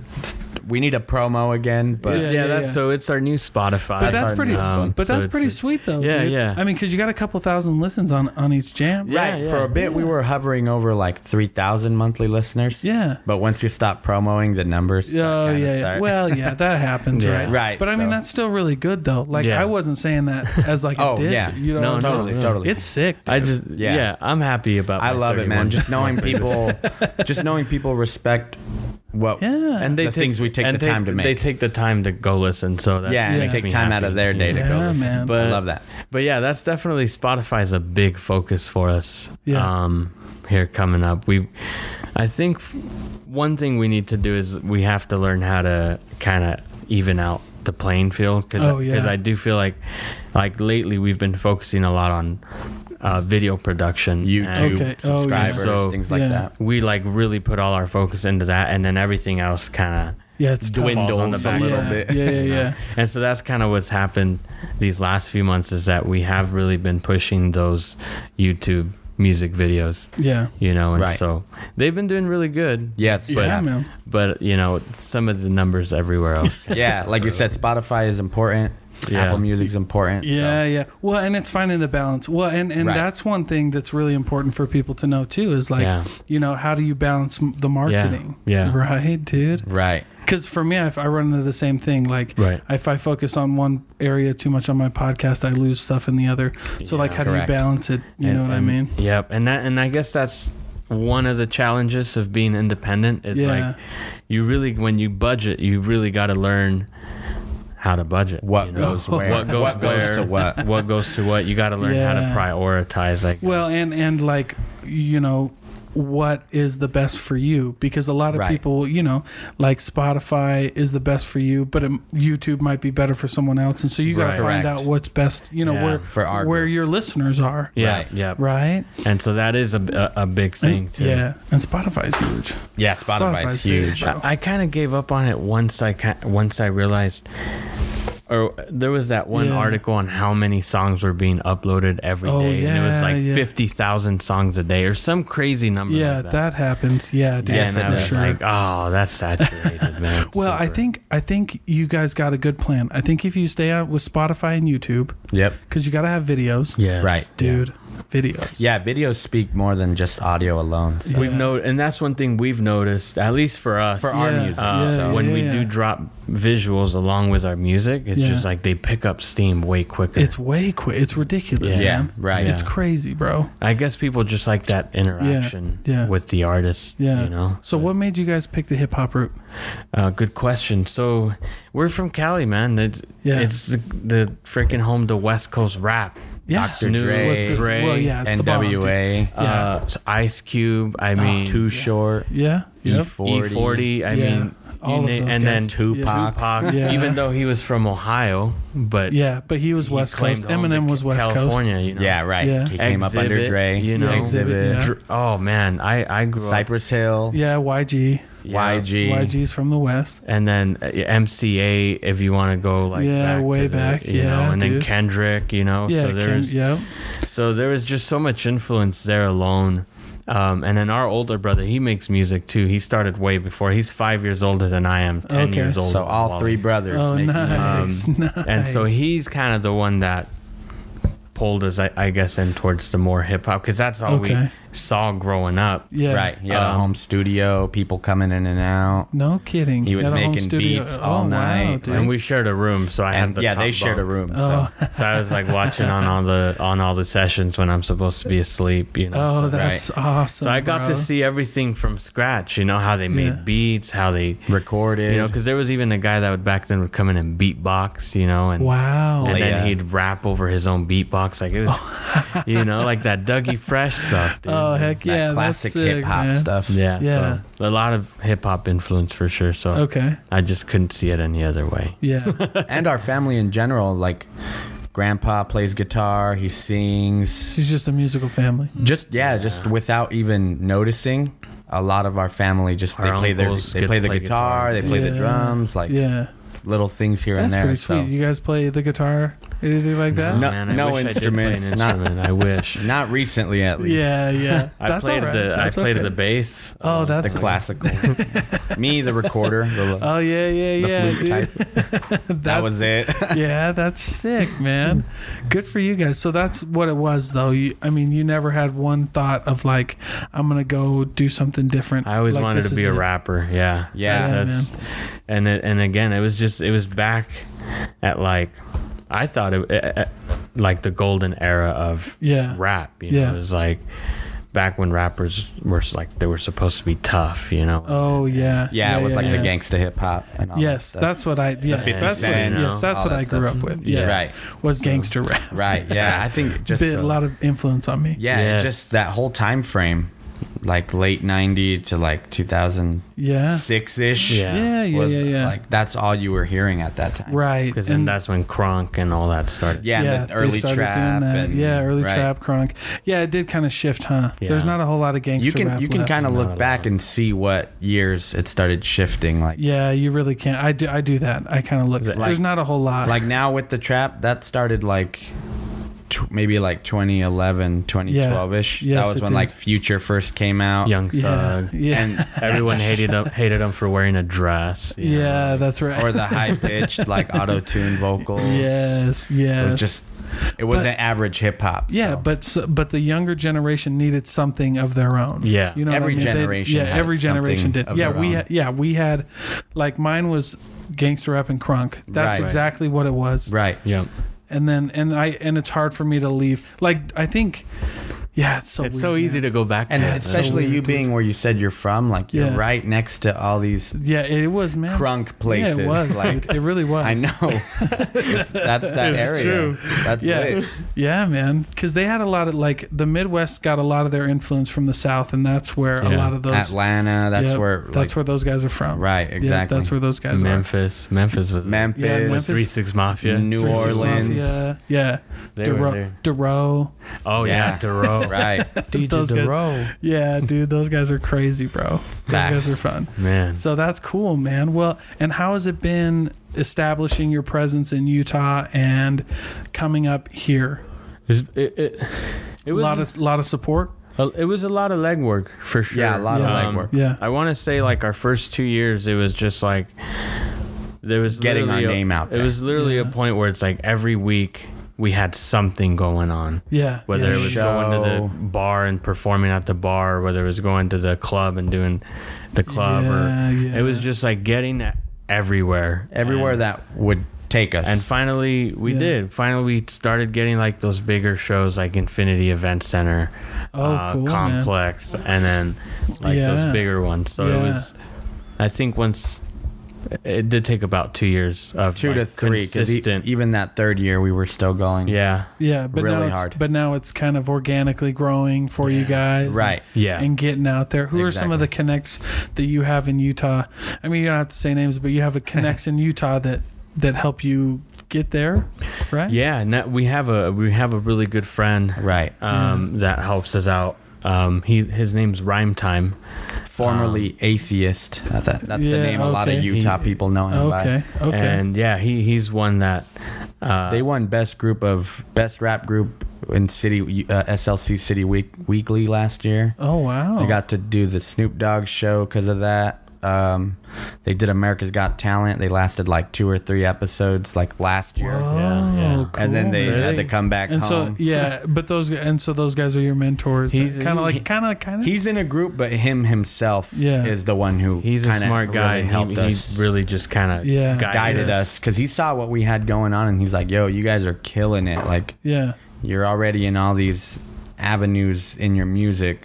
we need a promo again, but
Yeah,
Yeah,
yeah,
that's
yeah.
so it's our new Spotify.
but that's
our
pretty
next one.
but
so
that's
it's
pretty
a-
sweet though
Yeah,
dude.
yeah.
i mean because you got a couple thousand listens on on each jam
Yeah,
right
yeah.
for a bit we were hovering over like three thousand monthly listeners.
yeah
But once you stop promoting, the numbers.
Oh
kinda
yeah, yeah.
start-
Well, yeah, that happens,
Yeah.
right?
Right,
But I mean,
so-
that's still really good, though. Like,
Yeah.
I wasn't saying that as like a
Oh,
diss.
yeah.
You know,
No,
what I'm
no,
saying?
totally, totally.
It's sick.
I
dude.
just yeah.
Yeah.
I'm happy about.
I
my
love it, man.
31.
Just knowing people, just knowing people respect what.
yeah.
and they
the
take,
things we take
and
the time to make.
They take the time to go listen, so that
Yeah, and
Yeah.
they take
makes me
time out
happy,
of their
you
day
know?
to go.
Yeah,
listen.
man.
But-
I love that.
But yeah, that's definitely Spotify's a big focus for us.
Yeah.
Um, here coming up, we, I think, one thing we need to do is we have to learn how to kind of even out the playing field because
Oh, yeah.
I do feel like, like lately we've been focusing a lot on uh, video production,
YouTube
and
Okay. Oh, yeah.
subscribers,
So-
things like
Yeah.
that.
We like really put all our focus into that, and then everything else kind of
yeah, it's tough.
dwindled
falls on the
a
back
little
yeah,
bit.
Yeah, yeah, yeah.
and so that's kind of what's happened these last few months is that we have really been pushing those YouTube music videos,
yeah.
you know, and
Right.
so they've been doing really good.
Yeah, it's
Yeah,
but,
man.
But you know, some of the numbers everywhere else.
yeah, like you said, Spotify is important.
Yeah.
Apple Music's important. so-
Yeah, yeah. Well, and it's finding the balance. Well, and and
Right.
that's one thing that's really important for people to know too is like,
Yeah.
you know, how do you balance m- the marketing?
yeah.
Right, dude.
Right.
because for me, if I run into the same thing, like
Right.
if I focus on one area too much on my podcast, I lose stuff in the other. So
Yeah,
like, how
correct.
do you balance it? You
And-
know what I
and-
mean?
Yep. And that and I guess that's one of the challenges of being independent is
Yeah.
like you really when you budget, you really got to learn how to budget.
What
you
goes where?
What goes
What
where?
goes to what?
What goes to what? You got to learn how to
Yeah.
prioritize. Like,
Well, and and like you know what is the best for you because a lot of
Right.
people you know like spotify is the best for you but um, youtube might be better for someone else and so you got to
Right.
find
Correct.
out what's best you know
Yeah.
where
For our
where
group.
your listeners are
yeah,
Right.
yeah,
right
And so that is a a, a big thing too.
yeah and spotify's huge
Yeah, Spotify's,
Spotify's
huge.
big.
I, I kind of gave up on it once I ki- once I realized, or there was that one
Yeah.
article on how many songs were being uploaded every day,
Oh,
and it was
yeah,
like
yeah.
fifty thousand songs a day or some crazy number.
yeah
like
that.
that.
happens yeah dude,
Yes,
and
for
I was
sure.
like, oh, that's saturated, man.
well i
Super.
think i think you guys got a good plan i think if you stay out with spotify and youtube
Yep.
because you got to have videos
yes,
Right.
dude videos
Yeah, videos speak more than just audio alone. So.
We've
Yeah.
no, and that's one thing we've noticed, at least for us.
For our music,
uh,
yeah,
when
yeah,
we
yeah.
do drop visuals along with our music, it's
Yeah.
just like they pick up steam way quicker.
It's way quick. It's ridiculous,
Yeah,
man.
right.
It's
Yeah.
crazy, bro.
I guess people just like that interaction
yeah.
with the artist.
Yeah.
You know?
So what made you guys pick the hip hop route?
Uh, good question. So we're from Cali, man. It's,
Yeah.
it's the, the freaking home to West Coast rap.
Yeah.
Dr.
Dr.
Dre,
Dre,
What's this-
Dre,
well, yeah, it's the bomb, dude.
NWA,
Yeah. Oh,
uh, Ice Cube. I mean, E
Too Short, E
Yeah. Yep.
E40.
E40. I
Yeah.
mean,
All
you
of
na-
those
and
guys.
then
Yeah.
Tupac.
Tupac,
Yeah.
even though he was from Ohio, but
Yeah, but he was
he
West
claimed
Coast.
home to
Eminem was West Coast.
California, You know?
Yeah, right.
Yeah.
He came up under
Exhibit,
Dre.
you know.
Exhibit, yeah.
Dr- Oh man, I I grew up.
Cypress Hill,
Yeah, YG.
yeah.
YG.
YG's from the West.
and then uh, MCA if you want to go like
Yeah,
back to
way
the-
back,
you know,
yeah,
and then
dude.
Kendrick, you know,
Yeah,
Oh, so
Ken,
there's
yeah.
so there was just so much influence there alone. Um, and then our older brother, he makes music too. He started way before. He's five years older than I am, ten
Okay.
years older.
So
than
all
Wally.
three brothers.
Oh,
make-
nice, nice.
Um, And so he's kind of the one that pulled us, I, I guess, in towards the more hip hop because that's all
Okay.
we saw growing up.
yeah,
Right. He had a
Um,
home studio, people coming in and out.
No kidding.
He was
Got a home
making
studio.
beats all
oh, Wow,
night,
dude.
And we shared a room, so I had
And
the
yeah,
top
they shared a
bunk.
room.
Oh.
So.
so I was like watching on all the on all the sessions when I'm supposed to be asleep, you know.
oh,
so,
that's awesome.
so I got to
bro.
see everything from scratch, you know, how they made
Yeah.
beats, how they
Recorded.
you know, because there was even a guy that would back then would come in and beatbox, you know, and
Wow. Oh,
and
Yeah.
then he'd rap over his own beatbox, like it was, you know, like that Dougie Fresh stuff. Dude.
oh heck
that
yeah,
classic
that's sick,
hip hop
man.
stuff.
yeah,
Yeah.
So a lot of hip hop influence for sure. So
Okay.
I just couldn't see it any other way.
Yeah.
and our family in general, like grandpa plays guitar, he sings.
She's just a musical family.
Just yeah, just without even noticing. A lot of our family just
Our
they play their
uncles
they
could
play the
play
guitar,
guitars.
they play the
Yeah.
drums, like
Yeah.
little things here
That's
and there.
pretty
so
sweet. You guys play the guitar, anything like that?
No-
man, I
no
wish
instruments,
I did play
not-
an instrument. I wish.
not recently at least.
Yeah, yeah.
I played
alright.
the
That's
I played
okay.
the bass.
Oh,
Um,
that's
The classical. Me, the recorder, the,
Oh yeah, yeah,
the
yeah,
flute
dude.
type. That
That's-
was it.
yeah, that's sick, man. Good for you guys. So that's what it was, though. You, I mean, you never had one thought of like, I'm gonna go do something different.
I always
Like,
wanted
this
to be
is
a
it.
rapper. Yeah.
Yeah.
Yeah,
That's, and it, and again, it was just it was back at like I thought it eh, eh, like the golden era of
Yeah.
rap. You
Yeah.
know, it was like back when rappers were like they were supposed to be tough. You know.
Oh yeah.
Yeah, it was like
yeah.
the gangsta hip hop. and all that
Yes,
stuff.
that's what I. Yes,
50
that's what.
Cent,
Yes, that's
all
what
that
I grew
stuff.
up with.
Yeah.
Yes,
Right.
Was gangster rap.
right. Yeah, I think just
Bit,
uh,
a lot of influence on me.
Yeah,
Yes.
it just that whole time frame, like late '90 to like 2006
Yeah.
ish.
Yeah.
Yeah, yeah,
was
yeah, yeah.
like that's all you were hearing at that time.
right.
Because then
And-
that's when Kronk and all that started.
Yeah, and the early trap. And,
yeah, early
right.
trap crunk. Yeah, it did kind of shift, huh? There's
Yeah.
not a whole lot of gangster
You can
rap
you can
left.
kind of
Not
look
a
back
lot.
and see what years it started shifting. Like
Yeah, you really can't. I do. I do that. I kind of look.
Like-
there's not a whole lot.
like now with the trap that started like. Tw- maybe like 2011 2012ish
Yes,
that was
it
when
did.
like future first came out
Young
yeah,
Thug.
yeah,
and
Everyone hated him. Hated him for wearing a dress. you know,
yeah.
like-
That's right.
or the high pitched like auto tuned vocals.
yes, yes.
it was just it wasn't average hip hop.
Yeah,
so.
but so, but the younger generation needed something of their own.
Yeah.
you know, what I
Every
mean? They-
generation
yeah,
had
every generation
something
did.
of
Yeah,
their
we
own.
had, yeah we had, like mine was gangster rap and crunk. That's
Right.
exactly what it was.
right,
Yeah.
and then and I and it's hard for me to leave. Like I think Yeah, it's so
It's
weird,
so easy
man.
to go back
And
to. that.
especially
weird,
you
dude.
being where you said you're from, like you're
Yeah.
right next to all these
Yeah, it was man.
crunk places.
Yeah, it was.
like
dude. It really was.
I know. It's- that's that
It's
area.
true.
That's
Yeah.
it.
Yeah, man. Because they had a lot of like the Midwest got a lot of their influence from the South, and that's where a
Yeah.
lot of those.
Atlanta. That's
Yep,
where.
that's where those guys are from.
Right.
Yeah,
Exactly.
that's where those guys are.
Memphis, Memphis was
Memphis,
Yeah, Memphis.
three six mafia.
New
Three Six
Orleans.
Mafia, Yeah.
They
Duro-
were there.
Duro.
Oh yeah,
Yeah.
Duro.
Right.
DJ
Those guys-
Duro.
Yeah, dude, those guys are crazy, bro. Those
Facts.
guys are fun.
Man,
So that's cool, man. Well, and how has it been establishing your presence in Utah and coming up here?
it's- it, it, it
a
was
lot of lot of support.
Uh, It was a lot of legwork for sure. Um,
Yeah, a lot
of
legwork.
Yeah.
I want to say like our first two years, it was just like there was
Getting our
literally a-
name out
It
there.
was literally a
Yeah.
point where it's like every week we had something going on.
Yeah.
Whether
yeah.
it was going to
Show.
the bar and performing at the bar, whether it was going to the club and doing the club,
Yeah,
or
yeah.
it was just like getting e- everywhere,
Everywhere
And-
that would take us.
and finally, we
Yeah.
did. Finally, we started getting like those bigger shows, like Infinity Event Center, uh,
Oh, cool, man.
Complex, and then like
Yeah.
those bigger ones. So
Yeah.
it was. I think once it did take about two years of
two to
like,
three. 'cause e-
consistent.
even that third year, we were still going.
yeah,
yeah, but
really
now it's,
hard.
but now it's kind of organically growing for you
Yeah.
guys.
Right.
yeah.
And getting out there. Who are some of
Exactly.
the connects that you have in Utah? I mean, you don't have to say names, but you have a connects in Utah that that help you get there, right?
yeah, and that- we have a we have a really good friend
Right.
um, that helps us out. Um, he his name's Rhyme Time.
Formerly atheist. That- that- that's
Yeah,
the name a lot of
okay.
Utah
He-
people know him by.
Okay. Okay.
and yeah, he he's one that uh,
They won best group of best rap group in city uh, SLC City Week Weekly last year.
oh wow.
They got to do the Snoop Dogg show because of that. Um, they did America's Got Talent. They lasted like two or three episodes like last year,
Whoa,
Yeah, yeah.
Oh, cool,
and then they
man.
had
Really?
to come back
and so
home.
yeah, but those and so those guys are your mentors.
He's-
Kind of
he-
like kind of kind of
He's in a group, but him himself
Yeah.
is the one who
He's a
kinda
smart guy.
Really
He-
helped
he,
us.
really just kind of
Yeah.
guided
Yes.
us because he saw what we had going on, and he's like, "Yo, you guys are killing it! Like,
yeah.
you're already in all these avenues in your music.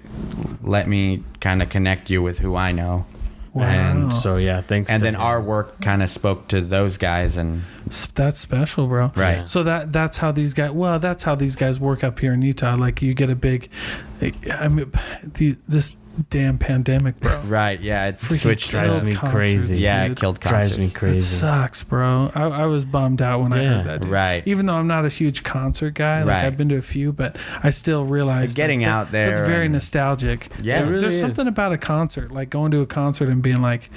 Let me kind of connect you with who I know."
Wow.
And
So yeah, thanks.
And
to
then
him.
our work kind of spoke to those guys, and
S- That's special, bro.
Right.
Yeah.
So that that's how these guys. Well, that's how these guys work up here in Utah. Like you get a big, I mean, the, this damn pandemic, bro.
right, yeah, it
Freaking
switched
drives
killed
us.
me crazy.
Yeah,
dude.
it killed
drives
concerts.
me
It
crazy.
sucks, bro. I, I was bummed out when I
Yeah.
heard that. Dude.
Right.
Even though I'm not a huge concert guy, like
Right.
I've been to a few, but I still realize
Getting out there
It's very
and-
nostalgic.
Yeah. It
There-
really
there's
is.
something about a concert, like going to a concert and being like,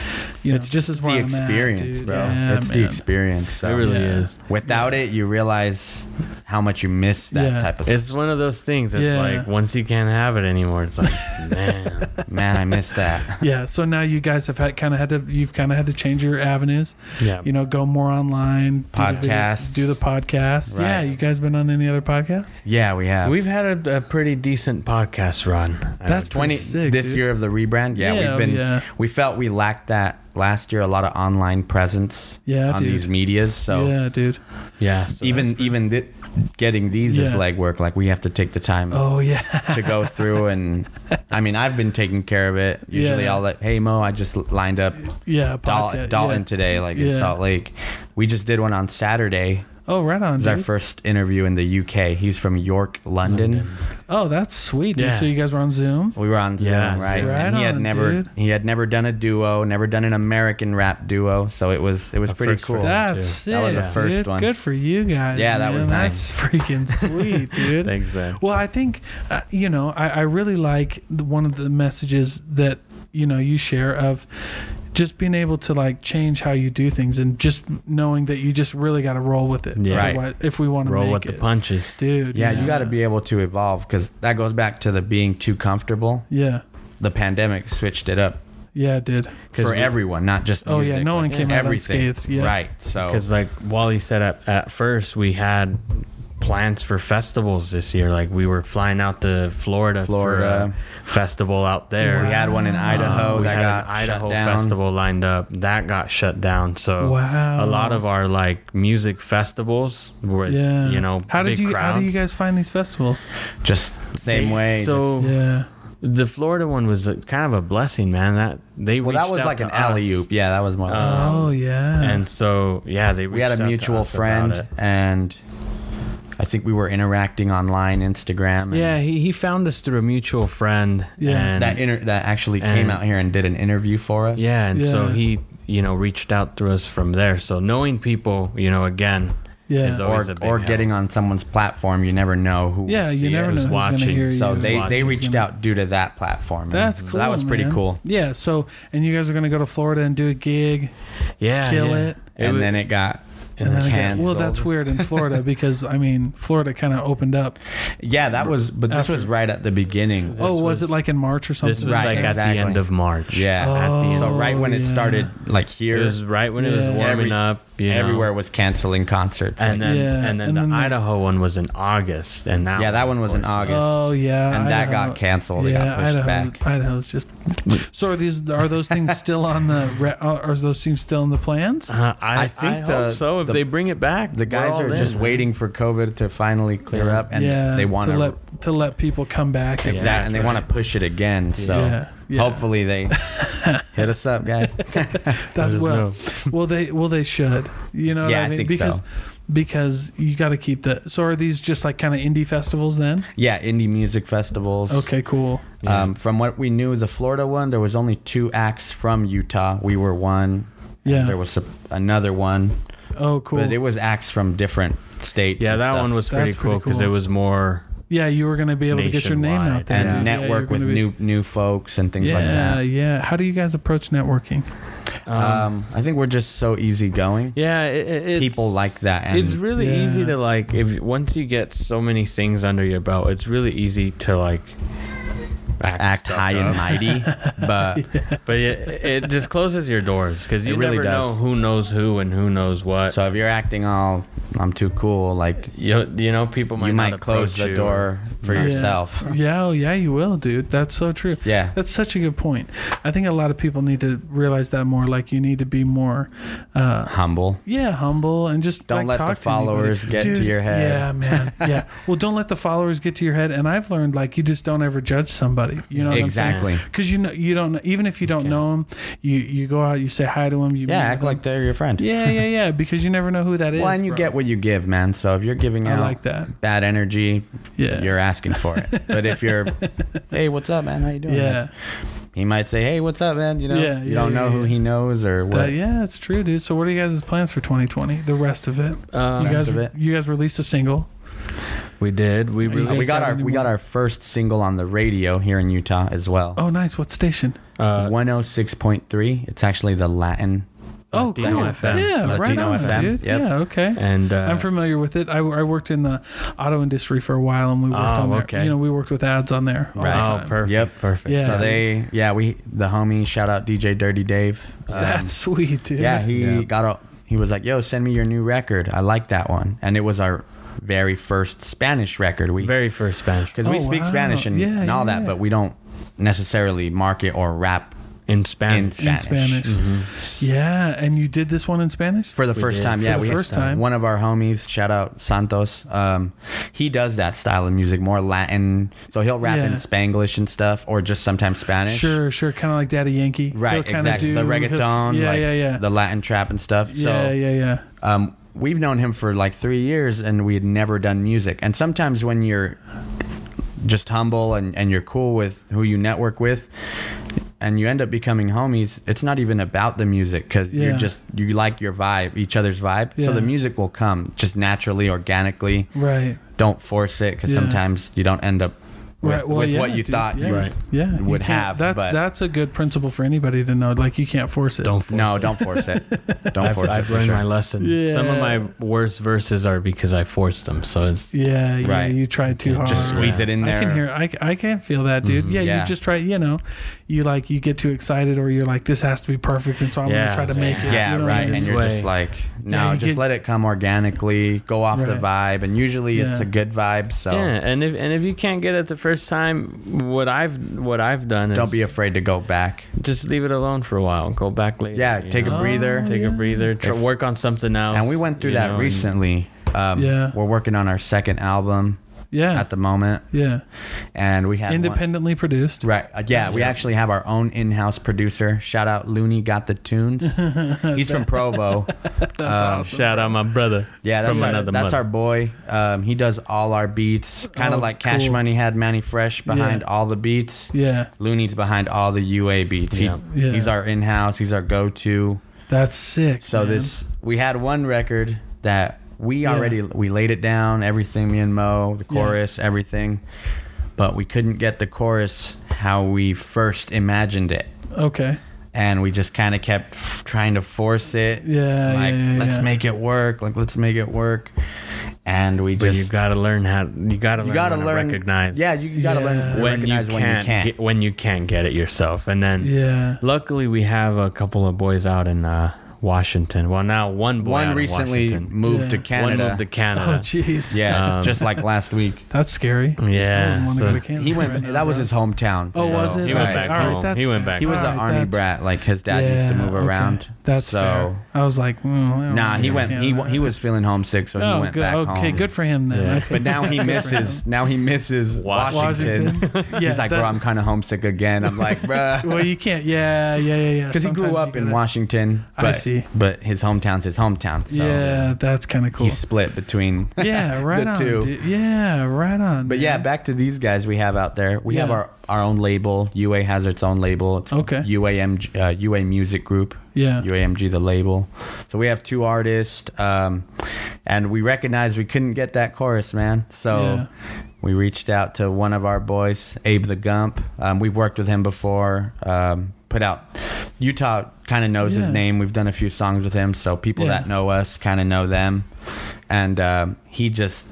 you know,
It's just
this is
the
where I'm at,
experience,
dude.
bro.
Yeah,
it's the
man.
experience. So.
It really
Yeah.
is.
Without it, you realize how much you miss that
Yeah.
type of
It's one of those things. It's
Yeah.
like once you can't have it anymore, it's like man.
man. I miss that.
Yeah. So now you guys have had kind of had to you've kind of had to change your avenues.
Yeah.
You know, go more online. do the video-
Podcasts.
Do the podcast. Yeah.
Right.
You guys been on any other podcast?
Yeah, we have.
We've had a, a pretty decent podcast run. I
That's
would-
twenty
sick,
this
dude.
year of the rebrand. Yeah,
Yeah, uh,
we've been.
yeah.
We felt we lacked that last year. A lot of online presence.
Yeah,
on
dude.
these medias. So
Yeah, dude.
yeah. so
even even thi- getting these is
Yeah.
legwork. Like we have to take the time
Oh yeah.
to go through and. I mean, I've been taking care of it. Usually,
Yeah.
I'll let hey Mo. I just lined up
Yeah.
Dal-
podcast,
Dalton
yeah.
today, like in
Yeah.
Salt Lake. We just did one on Saturday.
Oh, right on.
It was our
dude.
first interview in the UK. He's from York, London.
Oh, that's sweet. dude.
Yeah.
So you guys were on Zoom?
We were on Zoom,
Yeah,
right?
Zoom.
and he
Right
had
on,
never
dude.
he had never done a duo, never done an American rap duo, so it was it was
A
pretty
first for
cool.
them.
That's
too.
sick.
That was the first
dude.
one.
Good for you guys.
Yeah, that
man.
was nice.
That's freaking sweet, dude.
Thanks, man.
Well, I think uh, you know I, I really like the, one of the messages that you know you share of just being able to like change how you do things and just knowing that you just really got to roll with it.
Yeah.
Right.
Otherwise- If we want to
roll
make
with
it,
the punches.
dude.
Yeah, you got to be able to evolve cuz that goes back to the being too comfortable.
Yeah.
The pandemic switched it up
Yeah, dude.
for
we-
everyone, not just
Oh, yeah,
music,
no one came out
everything.
unscathed, yeah.
Right. So
Because like Wally said at, at first, we had plans for festivals this year. Like we were flying out to Florida,
Florida.
for a festival out there.
We had one in Idaho
Uh, we
that
had
got
an Idaho
shut down.
festival lined up that got shut down. So
Wow.
a lot of our like music festivals were
Yeah.
you know
how
big
did you
crowds.
how do you guys find these festivals?
Just same way.
So
just-
Yeah.
the Florida one was a, kind of a blessing, man. That they
well,
reached
that was
out
like
to
an
us, Uh,
alley oop. Yeah, that was more. like-
oh yeah.
Um, and so yeah, they
we had
reached
a
out to
mutual
us about
friend
it.
and i think we were interacting online instagram and
Yeah, he, he found us through a mutual friend.
Yeah.
and,
that inter- that actually came
and-
out here and did an interview for us
yeah, and so
Yeah.
he you know reached out through us from there. So knowing people, you know, again,
Yeah.
is
or,
always a big
or
help.
getting on someone's platform you never know who will
yeah, you
see
never know
it.
who's
who's
watching.
gonna hear
so
you.
they
watching
they
who's
reached
gonna-
out due to that platform and
That's cool.
that was pretty
man.
cool
Yeah. So, and you guys are gonna go to Florida and do a gig,
yeah,
kill
yeah.
it.
and
wa-
then it got
and then again,
canceled.
well, that's weird in Florida because I mean, Florida kind of opened up.
yeah, that was, but this
After-
was right at the beginning.
oh, was,
was-
it like in March or something? Oh,
this was
Right,
like at the
exactly.
end of March.
Yeah.
at the end.
so right when it
yeah.
started, like
oh, it
here,
was right when it was
Yeah.
warming
Every-
up. You know.
everywhere was canceling concerts.
And
like-
then,
Yeah,
and then
and
the
then the-
Idaho one was in August, and that
yeah, that one was in
of course,
August.
Oh yeah,
and that got canceled. It got pushed
Idaho,
back.
Idaho's just. so are these are those things still on the? Re, uh, are those things still in the plans?
Uh, I,
I think
I hope
the-
so. If
the-
they bring it back,
The guys are just
waiting.
waiting for COVID to finally clear
Yeah.
up, and
yeah,
they want
to
to
let to let people come back. and-
Yeah.
exactly, and they want to push it again. So
Yeah. Yeah.
hopefully they hit us up, guys.
That's
Let us
well.
know.
well, they well they should. You know what
Yeah,
I
I
mean?
think so.
because because you got to keep the. So are these just like kind of indie festivals then?
yeah, indie music festivals.
Okay, cool.
Um, from what we knew, the Florida one, there was only two acts from Utah. We were one. and
Yeah.
There was a, another one,
Oh, cool.
but it was acts from different states.
Yeah,
and
that
stuff.
one was pretty
That's pretty
cool because
cool.
it was more.
yeah, you were gonna be able to get your name out
Nationwide.
there
and
dude. Yeah,
network
you're
with
gonna be-
new new folks and things
Yeah,
like that.
yeah. How do you guys approach networking?
Um,
Um, I think we're just so easygoing.
yeah, it, it- it's,
People like that, and
it's really
Yeah.
easy to like. If once you get so many things under your belt, it's really easy to like act,
act
stuff
high
up.
and mighty, but
But it, it just closes your doors because you
It really
never know
does.
who knows who and who knows what.
so if you're acting all I'm too cool, like
you, you know, people might
you
not
might close
approach
the
you.
door for
Yeah.
yourself.
Yeah, oh, yeah, you will, dude. That's so true.
Yeah.
that's such a good point. I think a lot of people need to realize that more. Like, you need to be more, uh,
Humble.
yeah, humble and just
Don't
like,
let
talk
the
to anybody.
followers get to
Dude,
your head.
Yeah, man. Yeah. well, don't let the followers get to your head. And I've learned like you just don't ever judge somebody. You know what
exactly.
Because you know you don't even if you don't know them, you you go out, you say hi to them. You
Yeah,
meet
act
with 'em.
like they're your friend.
Yeah, yeah, yeah. Because you never know who that is.
Well, and you
bro.
get what you give, man. So if you're giving
I
out
like that.
bad energy,
Yeah.
you're asking for it. but if you're, hey, what's up, man? How you doing?
Yeah. Uh,
He might say, hey, what's up, man? You know,
Yeah,
you
yeah,
don't
yeah,
know who
yeah.
he knows or what.
That- yeah, it's true, dude. So, what are you guys' plans for 2020? The rest of it.
Um,
you
Rest
guys,
of it.
you guys released a single.
we did. We
you
really.
Uh, we
guys
got
got
our
any
we got
more?
our first single on the radio here in Utah as well.
Oh, nice. What station?
Uh,
106.3 it's actually the latin
Oh,
Latino
cool.
FM.
Yeah, right
Latino
on,
FM.
dude.
Yep.
Yeah, okay.
and uh,
I'm familiar with it. I, I worked in the auto industry for a while, and we worked
Oh,
on there.
okay.
You know, we worked with ads on there. All
Right.
The
Oh,
time.
perfect.
Yep.
Perfect.
Yeah.
so they yeah we the homie shout out dj dirty dave Um,
That's sweet, dude.
yeah he
Yeah.
got a he was like yo send me your new record i like that one and it was our very first spanish record we
Very first Spanish
because we
Oh,
speak
wow.
spanish and,
Yeah,
and all
yeah,
that
yeah.
but we don't necessarily market or rap
in
in
Spanish.
in
spanish, Mm-hmm.
Spanish. Yeah, and you did this one in Spanish.
For the
We
first
did.
time,
For
yeah,
the
we
first
had
time.
one of our homies. Shout out Santos. Um, he does that style of music, more Latin. So he'll rap in
Yeah.
Spanglish and stuff, or just sometimes Spanish.
Sure, sure. Kind of like Daddy Yankee. He'll
right,
kinda
exactly. the
do-
reggaeton,
Yeah,
like
yeah, yeah.
the Latin trap and stuff.
yeah,
so
yeah, yeah.
Um, we've known him for like three years, and we had never done music. And sometimes when you're just humble and, and you're cool with who you network with and you end up becoming homies it's not even about the music because
Yeah.
you're just you like your vibe each other's vibe
Yeah.
so the music will come just naturally organically
Right.
don't force it because
Yeah.
sometimes you don't end up with,
Right, well,
with
yeah,
what you
dude,
thought
yeah.
you
Right.
Yeah, you
would
can't-
have,
That's
but-
that's a good principle for anybody to know. Like you can't force it.
Don't force
No,
it.
don't force it. Don't
I've,
force it.
I've
for
learned
sure.
my lesson. Some of
Yeah.
my worst verses are because I forced them. So it's
Yeah, yeah.
Right.
You tried too hard.
Just squeeze it in there.
I can hear. I, I can feel that, dude. yeah,
Mm, yeah.
you just try. You know, you like you get too excited, or you're like, this has to be perfect, and so I'm
Yeah,
gonna try to
so
make
yeah.
it.
Yeah,
you know what I
right.
mean?
And
this
you're just
way.
like,
Yeah,
no,
you
just
get-
let it come organically. Go off the vibe, and usually it's
Yeah.
a good vibe. So
yeah. And if and if you can't get it the first time, what I've what I've done is
don't be afraid to go back.
just leave it alone for a while. Go back later.
Yeah,
you
take
know?
a breather.
Oh,
take
yeah.
a breather. Try,
If-
work on something else.
and we went through
you
that
know, and-
recently. Um,
Yeah.
we're working on our second album
Yeah,
at the moment,
yeah.
and we have
Independently produced.
Right. Uh, yeah, we
Yeah.
actually have our own in-house producer. Shout out Looney got the tunes. He's from Provo.
That's
Um,
awesome.
Shout out my brother.
Yeah, that's,
from
our,
another
that's
mother.
our boy. Um, he does all our beats, kind
Oh,
of like Cash
cool.
Money had Manny Fresh behind
Yeah.
all the beats.
Yeah,
Looney's behind all the UA beats. He,
Yeah.
Yeah.
He's our in-house. He's our go-to.
that's sick.
So
man.
this we had one record that we
Yeah.
already we laid it down, everything me and Mo, the chorus, everything. But we couldn't get the chorus how we first imagined it.
Okay.
And we just kind of kept f- trying to force it.
Yeah,
Like,
yeah, yeah,
let's
yeah.
make it work. Like, let's make it work. And we
But
just,
you gotta learn how. You gotta.
you
learn
gotta
how to
learn.
Recognize.
Yeah, you, gotta
Yeah.
learn to
When you can't.
recognize when you can't.
Get, when you can't get it yourself, and then
Yeah.
Luckily, we have a couple of boys out in uh, Washington. Well, now one boy out
One
in
recently
Washington.
moved
Yeah.
to
One
Canada.
One moved to Canada.
Oh, jeez.
yeah,
Um,
just like last week.
That's scary. I
yeah.
don't want to
so-
go to Canada.
He went.
right now,
that was
bro.
his hometown.
Oh,
so-
was it?
He went
Okay,
back
all right,
home.
that's
He went
fair.
back
He was
All
an
right,
army
that's-
brat. Like his dad used to
Yeah,
move
okay.
around.
That's
so.
fair. I was like, mm, I don't
Nah,
wanna
he
go to
went. He
Canada.
wa- he was feeling homesick, so
oh,
he went
good.
back
okay,
home.
good for him then.
Yeah.
I think
But now he
good for
misses.
him.
Now he misses Washington.
Washington.
Washington. Yeah,
He's like,
that-
bro, I'm kind of homesick again. I'm like, bruh.
Well, you can't. Yeah, yeah, yeah, yeah.
Because he grew
Sometimes
up
you
in
gotta-
Washington.
I
But,
see.
But his hometown's his hometown. So
Yeah, that's kind of cool.
He split between.
yeah, right
the
on.
two.
dude. Yeah, right on.
But yeah,
man.
back to these guys we have out there. We have
Yeah.
our, our own label. UA has its own label. It's
Okay.
UAM uh, UA Music Group.
Yeah.
UAMG the label. So we have two artists, um, and we recognized we couldn't get that chorus, man. So
Yeah.
we reached out to one of our boys, Abe the Gump. Um, we've worked with him before. Um, put out Utah kind of knows
Yeah.
his name. We've done a few songs with him, so people
Yeah.
that know us kind of know them. And um, he just,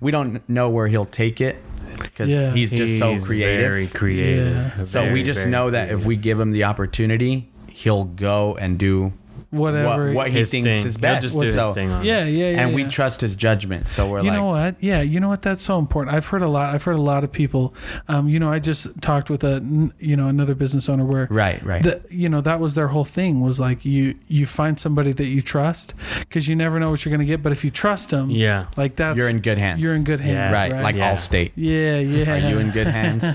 we don't know where he'll take it because
Yeah.
he's just so
He's
creative.
Very creative.
Yeah.
So we
Very,
just
very
know that
creative.
if we give him the opportunity, he'll go and do
Whatever
what, what he
His
thinks
thing.
is
He'll
best.
just do his
so,
thing on it.
yeah, yeah, yeah.
and we
yeah.
trust his judgment. So we're
you
like,
know what yeah you know what that's so important i've heard a lot i've heard a lot of people um, you know i just talked with a n- you know another business owner where
Right, right.
the, you know that was their whole thing was like you you find somebody that you trust because you never know what you're going to get but if you trust them
Yeah.
like that's
You're in good hands.
you're in good hands
Yeah.
right,
right,
like
Yeah.
Allstate.
yeah yeah
Are you in good hands?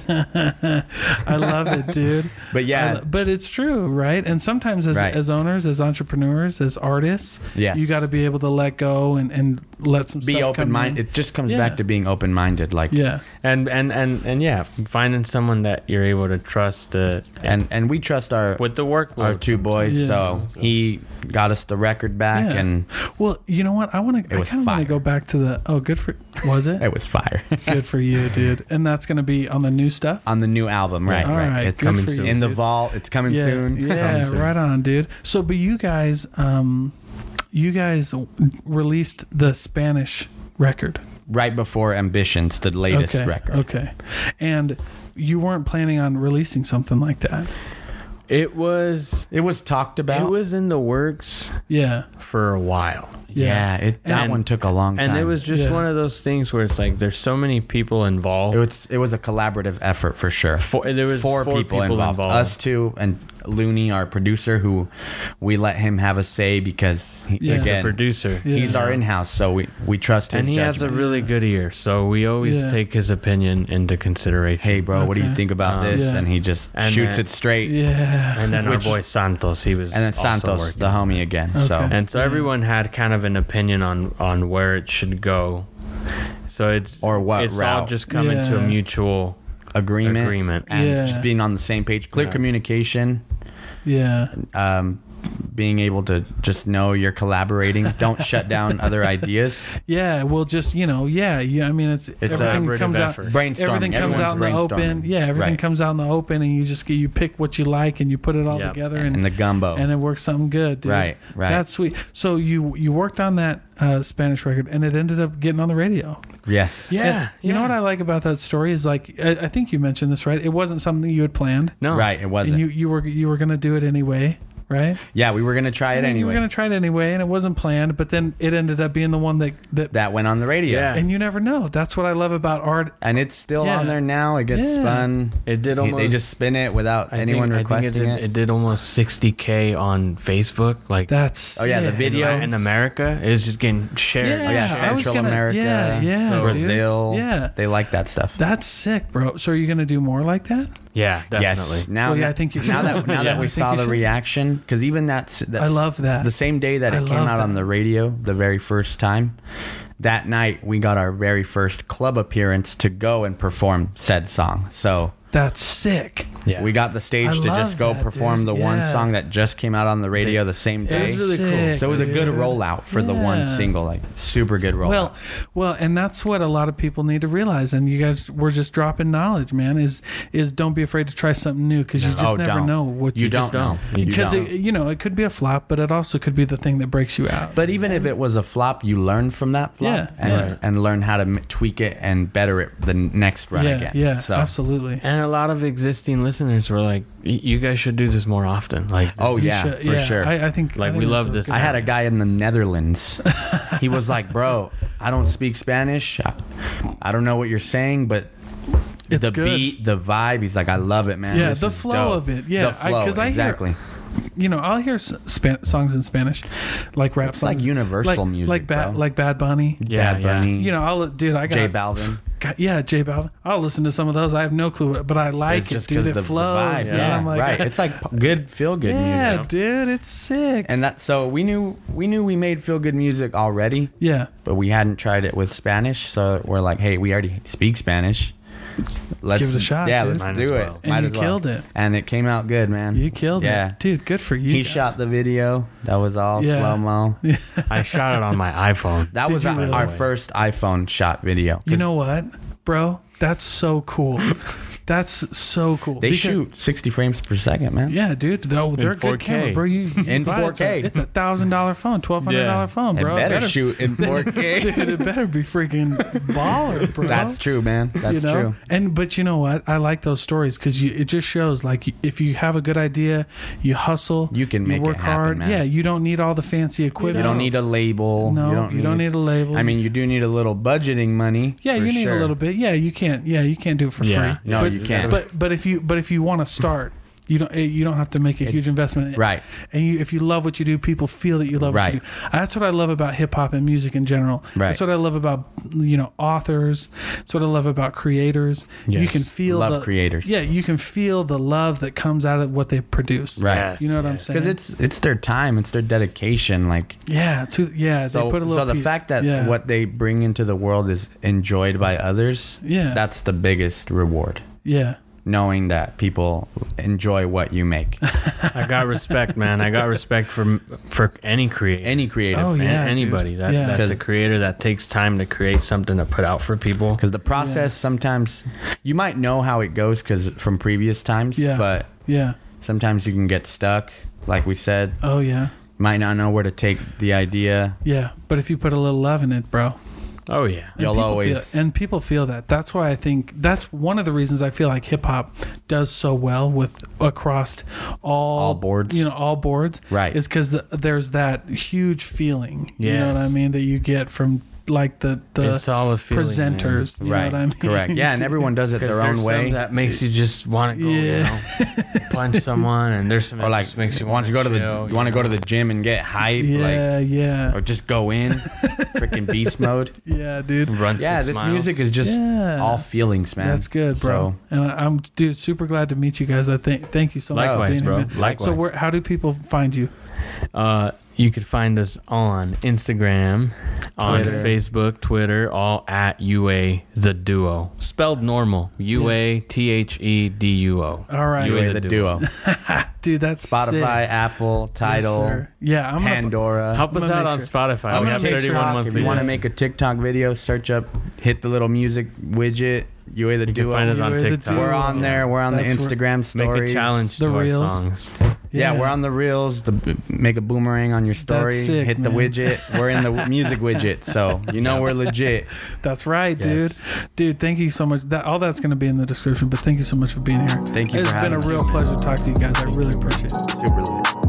i love it dude
But yeah.
I lo- but it's true right and sometimes as,
Right.
as owners as entrepreneurs as artists
Yes.
you got to be able to let go and and let some
be
stuff
open
come in.
minded. It just comes
Yeah.
back to being open minded. Like,
yeah
And, and and and yeah, finding someone that you're able to trust uh,
and and we trust our
with the workload.
our two boys.
Yeah.
So he got us the record back,
Yeah.
and
Well, you know what? I want to. I
was
kind of want
fire.
to go back to the. Oh, good for. Was it
it was fire
good for you, dude? And that's gonna be on the new stuff.
on the new album. Right,
All
right.
right,
It's
good
coming
for
soon.
you,
in the
dude.
vault. It's coming
yeah,
soon.
Yeah, right on, dude. So, but you guys, um, you guys released the Spanish record.
Right before Ambitions, the latest
okay.
record.
Okay. And you weren't planning on releasing something like that.
It was
It was talked about.
it was in the works
Yeah.
for a while.
Yeah.
yeah. it, that
And-
one took a long time.
And it was just
Yeah.
one of those things where it's like there's so many people involved.
It was it was a collaborative effort for sure.
Four- there was four people involved.
Us two and Looney, our producer, who we let him have a say because he,
Yeah. He's the
again,
producer.
Yeah.
he's our in-house, so we we trust his
and he has a
judgment.
really good ear, so we always
Yeah.
take his opinion into consideration.
hey, bro, what do
Okay.
you think about
Um,
this?
Yeah.
And he just
And
shoots
then-
it straight.
Yeah.
and then our
which-
boy Santos, he was
And then
also
Santos,
working.
the homie, again. So
Okay.
and so everyone had kind of an opinion on on where it should go. So it's
Or what
it's all
route.
just coming to a
Yeah.
mutual.
agreement,
Agreement.
and
Yeah.
just being on the same page, clear
Yeah.
communication.
Yeah.
Um, being able to just know you're collaborating. Don't shut down other ideas.
Yeah, well, just you know, yeah, yeah. I mean, it's,
It's a
everything
collaborative
comes out.
effort.
Brainstorming.
Everything comes
Everyone's
out in the open.
brainstorming.
Yeah, everything
Right.
comes out in the open, and you just get you pick what you like, and you put it all
Yep.
together, and
And the gumbo.
and it works something good, dude.
Right, right.
That's sweet. So you you worked on that uh, Spanish record, and it ended up getting on the radio.
yes.
Yeah,
You know
yeah.
what I like about that story is like I, I think you mentioned this right. It wasn't something you had planned,
No.
Right. It
and
wasn't.
you you were you were gonna do it anyway, right?
yeah, we were gonna try it
You were
anyway.
gonna try it anyway, and it wasn't planned, but then it ended up being the one that that.
that went on the radio.
Yeah.
and you never know. That's what I love about art.
And it's still
Yeah.
on there now. It gets
Yeah.
spun.
It did
He- They
almost-
just spin it without
I
anyone
think, I think
requesting
it,
it.
did, it did almost 60k on Facebook. Like
That's
Oh, yeah, the
sick.
video-
in, in America, it was just getting shared.
Yeah,
Oh, yeah,
I was
Central
gonna-
America,
yeah, yeah,
so
dude.
Brazil.
Yeah.
they like that stuff.
That's sick, bro. So are you gonna do more like that?
Yeah, definitely.
Yes. Now
Well, yeah,
that,
I think you
now
should.
that now
Yeah.
that
I
we
think
saw
you
the
should.
reaction, because even that's, that's
I love that.
the same day that
I
it came
love
out
that.
on the radio, the very first time. That night we got our very first club appearance to go and perform said song. So
That's sick.
Yeah.
we got the stage
I
to
love
just go
that,
perform
dude.
the one
Yeah.
song that just came out on the radio the same day.
That's sick,
so it was a good
dude.
rollout for the one
Yeah.
single, like super good rollout.
Well, well, and that's what a lot of people need to realize. And you guys, we're just dropping knowledge, man. Is is don't be afraid to try something new because you just
Oh,
never
don't.
know what
you,
you,
don't know. You
Because
don't.
you know it could be a flop, but it also could be the thing that breaks you out.
But even if it was a flop, you learn from that flop
Yeah.
and,
Yeah.
and learn how to m- tweak it and better it the n- next run
yeah,
again.
yeah,
so.
absolutely.
and a lot of existing listeners were like, "Y- "You guys should do this more often." Like,
Oh
You
yeah,
should-
for sure. I,
I, I think
Like,
I think
we
that's
love
a
this.
good-
I
had a guy in the Netherlands. he was like, "Bro, I don't speak Spanish. I, I don't know what you're saying, but."
It's
the
good.
beat, the vibe. He's like, I love it, man.
Yeah,
This
the
is
flow
dope."
of it. Yeah,
the
I-
flow.
'cause I hear-
exactly.
you know, I'll hear s- span- songs in Spanish, like rap
It's
songs,
like universal
like,
music,
like Bad,
bro.
like Bad Bunny.
Yeah,
Bad
yeah.
Bunny,
You know, I'll dude, I got
J Balvin.
God, yeah, J Balvin. I'll listen to some of those. I have no clue, but I like
It's
it,
just
dude.
because
It
the, the
flows,
vibe.
man.
Yeah,
I'm like,
right. It's like p- good, feel good
yeah,
music.
dude, it's sick.
And that, so we knew we knew we made feel good music already.
yeah,
but we hadn't tried it with Spanish, so we're like, hey, we already speak Spanish. Let's
Give it a shot,
Yeah,
dude.
let's
Might as
do it.
well.
And you killed it.
and it came out good, man.
you killed
yeah.
it, dude. Good for you.
He
guys.
shot the video. That was all
Yeah.
slow mo.
I shot it on my iPhone.
That was
you
our,
really?
our first iPhone shot video. 'Cause
You know what, bro? That's so cool. That's so cool.
they
Because-
shoot 60 frames per second, man.
Yeah, dude. They're, they're a good
4K.
camera, bro. You, you
In
buy it, it's a-
4K.
It's a thousand dollar phone, twelve hundred dollar
Yeah.
phone,
They
bro. It
better, shoot in 4K.
Dude, it better be freaking baller, bro.
That's true, man. That's
you know?
true.
And but you know what? I like those stories because it just shows like if you have a good idea, you hustle,
You can make it happen, man.
Yeah, you don't need all the fancy equipment.
You don't need a label.
No,
you don't,
you don't need a label.
I mean, you do need a little budgeting money.
yeah,
for
you need
sure.
a little bit. Yeah, you can't. Yeah, you can't do it for
Yeah.
free.
No,
But-
you can't.
But but if you but if you want to start. You don't. eh, You don't have to make a huge investment,
right.
And you, if you love what you do, people feel that you love what you
Right.
do. That's what I love about hip hop and music in general.
Right.
That's what I love about you know authors. That's what I love about creators. You
Yes.
can feel
Love
the,
creators.
Yeah, you can feel the love that comes out of what they produce.
Right.
Yes,
You know what I'm
yes.
saying?
Because it's it's their time, it's their dedication. Like
yeah, to, yeah.
so,
they put a little
so the
piece-
fact that
yeah.
what they bring into the world is enjoyed by others,
Yeah.
that's the biggest reward.
yeah.
Knowing that people enjoy what you make,
I got respect, man. I got respect for for any creator,
any creative,
Oh,
An-
yeah, dude.
anybody that,
Yeah.
that's
'Cause-
a creator that takes time to create something to put out for people.
because the process sometimes you might know how it goes because from previous times,
Yeah.
but
Yeah.
sometimes you can get stuck. Like we said,
Oh yeah.
might not know where to take the idea.
Yeah. But if you put a little love in it, bro,
Oh yeah,
And
You'll
people
always-
feel, and people feel that. That's why I think that's one of the reasons I feel like hip hop does so well with across all,
All boards.
You know, all boards.
Right.
Is because the, there's that huge feeling. You know what I
Yes.
mean that you get from like the the
It's all a feeling, man.
presenters. You know
right,
what I mean?
correct. Yeah, and everyone does it their own
there's
way.
Some that makes you just want to go,
Yeah.
you know, punch someone, and there's some
or
that
like,
just makes you
want to go to the,
chill,
you want to go to the gym and get hype, like
Yeah. yeah.
or just go in freaking beast mode.
Yeah, dude.
run.
Yeah,
six
this
miles.
music is just
Yeah.
all feelings, man.
That's good, bro. And I, I'm dude, super glad to meet you guys. I think thank you so much. for
Likewise,
being
bro.
Here, man. So,
Likewise.
where, how do people find you?
Uh, You could find us on Instagram, on
Twitter.
Facebook, Twitter, all at UA the Duo. Spelled normal. U A T H E D U O.
All right.
You
UA
are the duo.
Dude, that's sick.
Spotify, Apple,
Yes,
Tidal,
sir. yeah, I'm gonna,
Pandora.
Help
Uh, I'm
us
gonna
out
make
on
sure-
Spotify.
I'm
we
gonna
got
make
31
TikTok
monthly.
if you want to
videos.
make a TikTok video, search up, hit the little music widget. UA the
You can
duo.
find us on
UA the
TikTok.
Duo.
We're on there. We're on the
That's where-
Instagram
Make
stories.
a challenge
The
to our
reels.
songs.
Yeah, we're on the reels. The make a boomerang on your story.
sick,
hit the
man.
widget. We're in the music widget, so you know we're legit.
That's right,
Yes.
dude. Dude, thank you so much. That all that's going to be in the description, but thank you so much for being here.
Thank you
It's
for
been
having
a
us.
real pleasure to talk to you guys. I really appreciate it.
Super legit.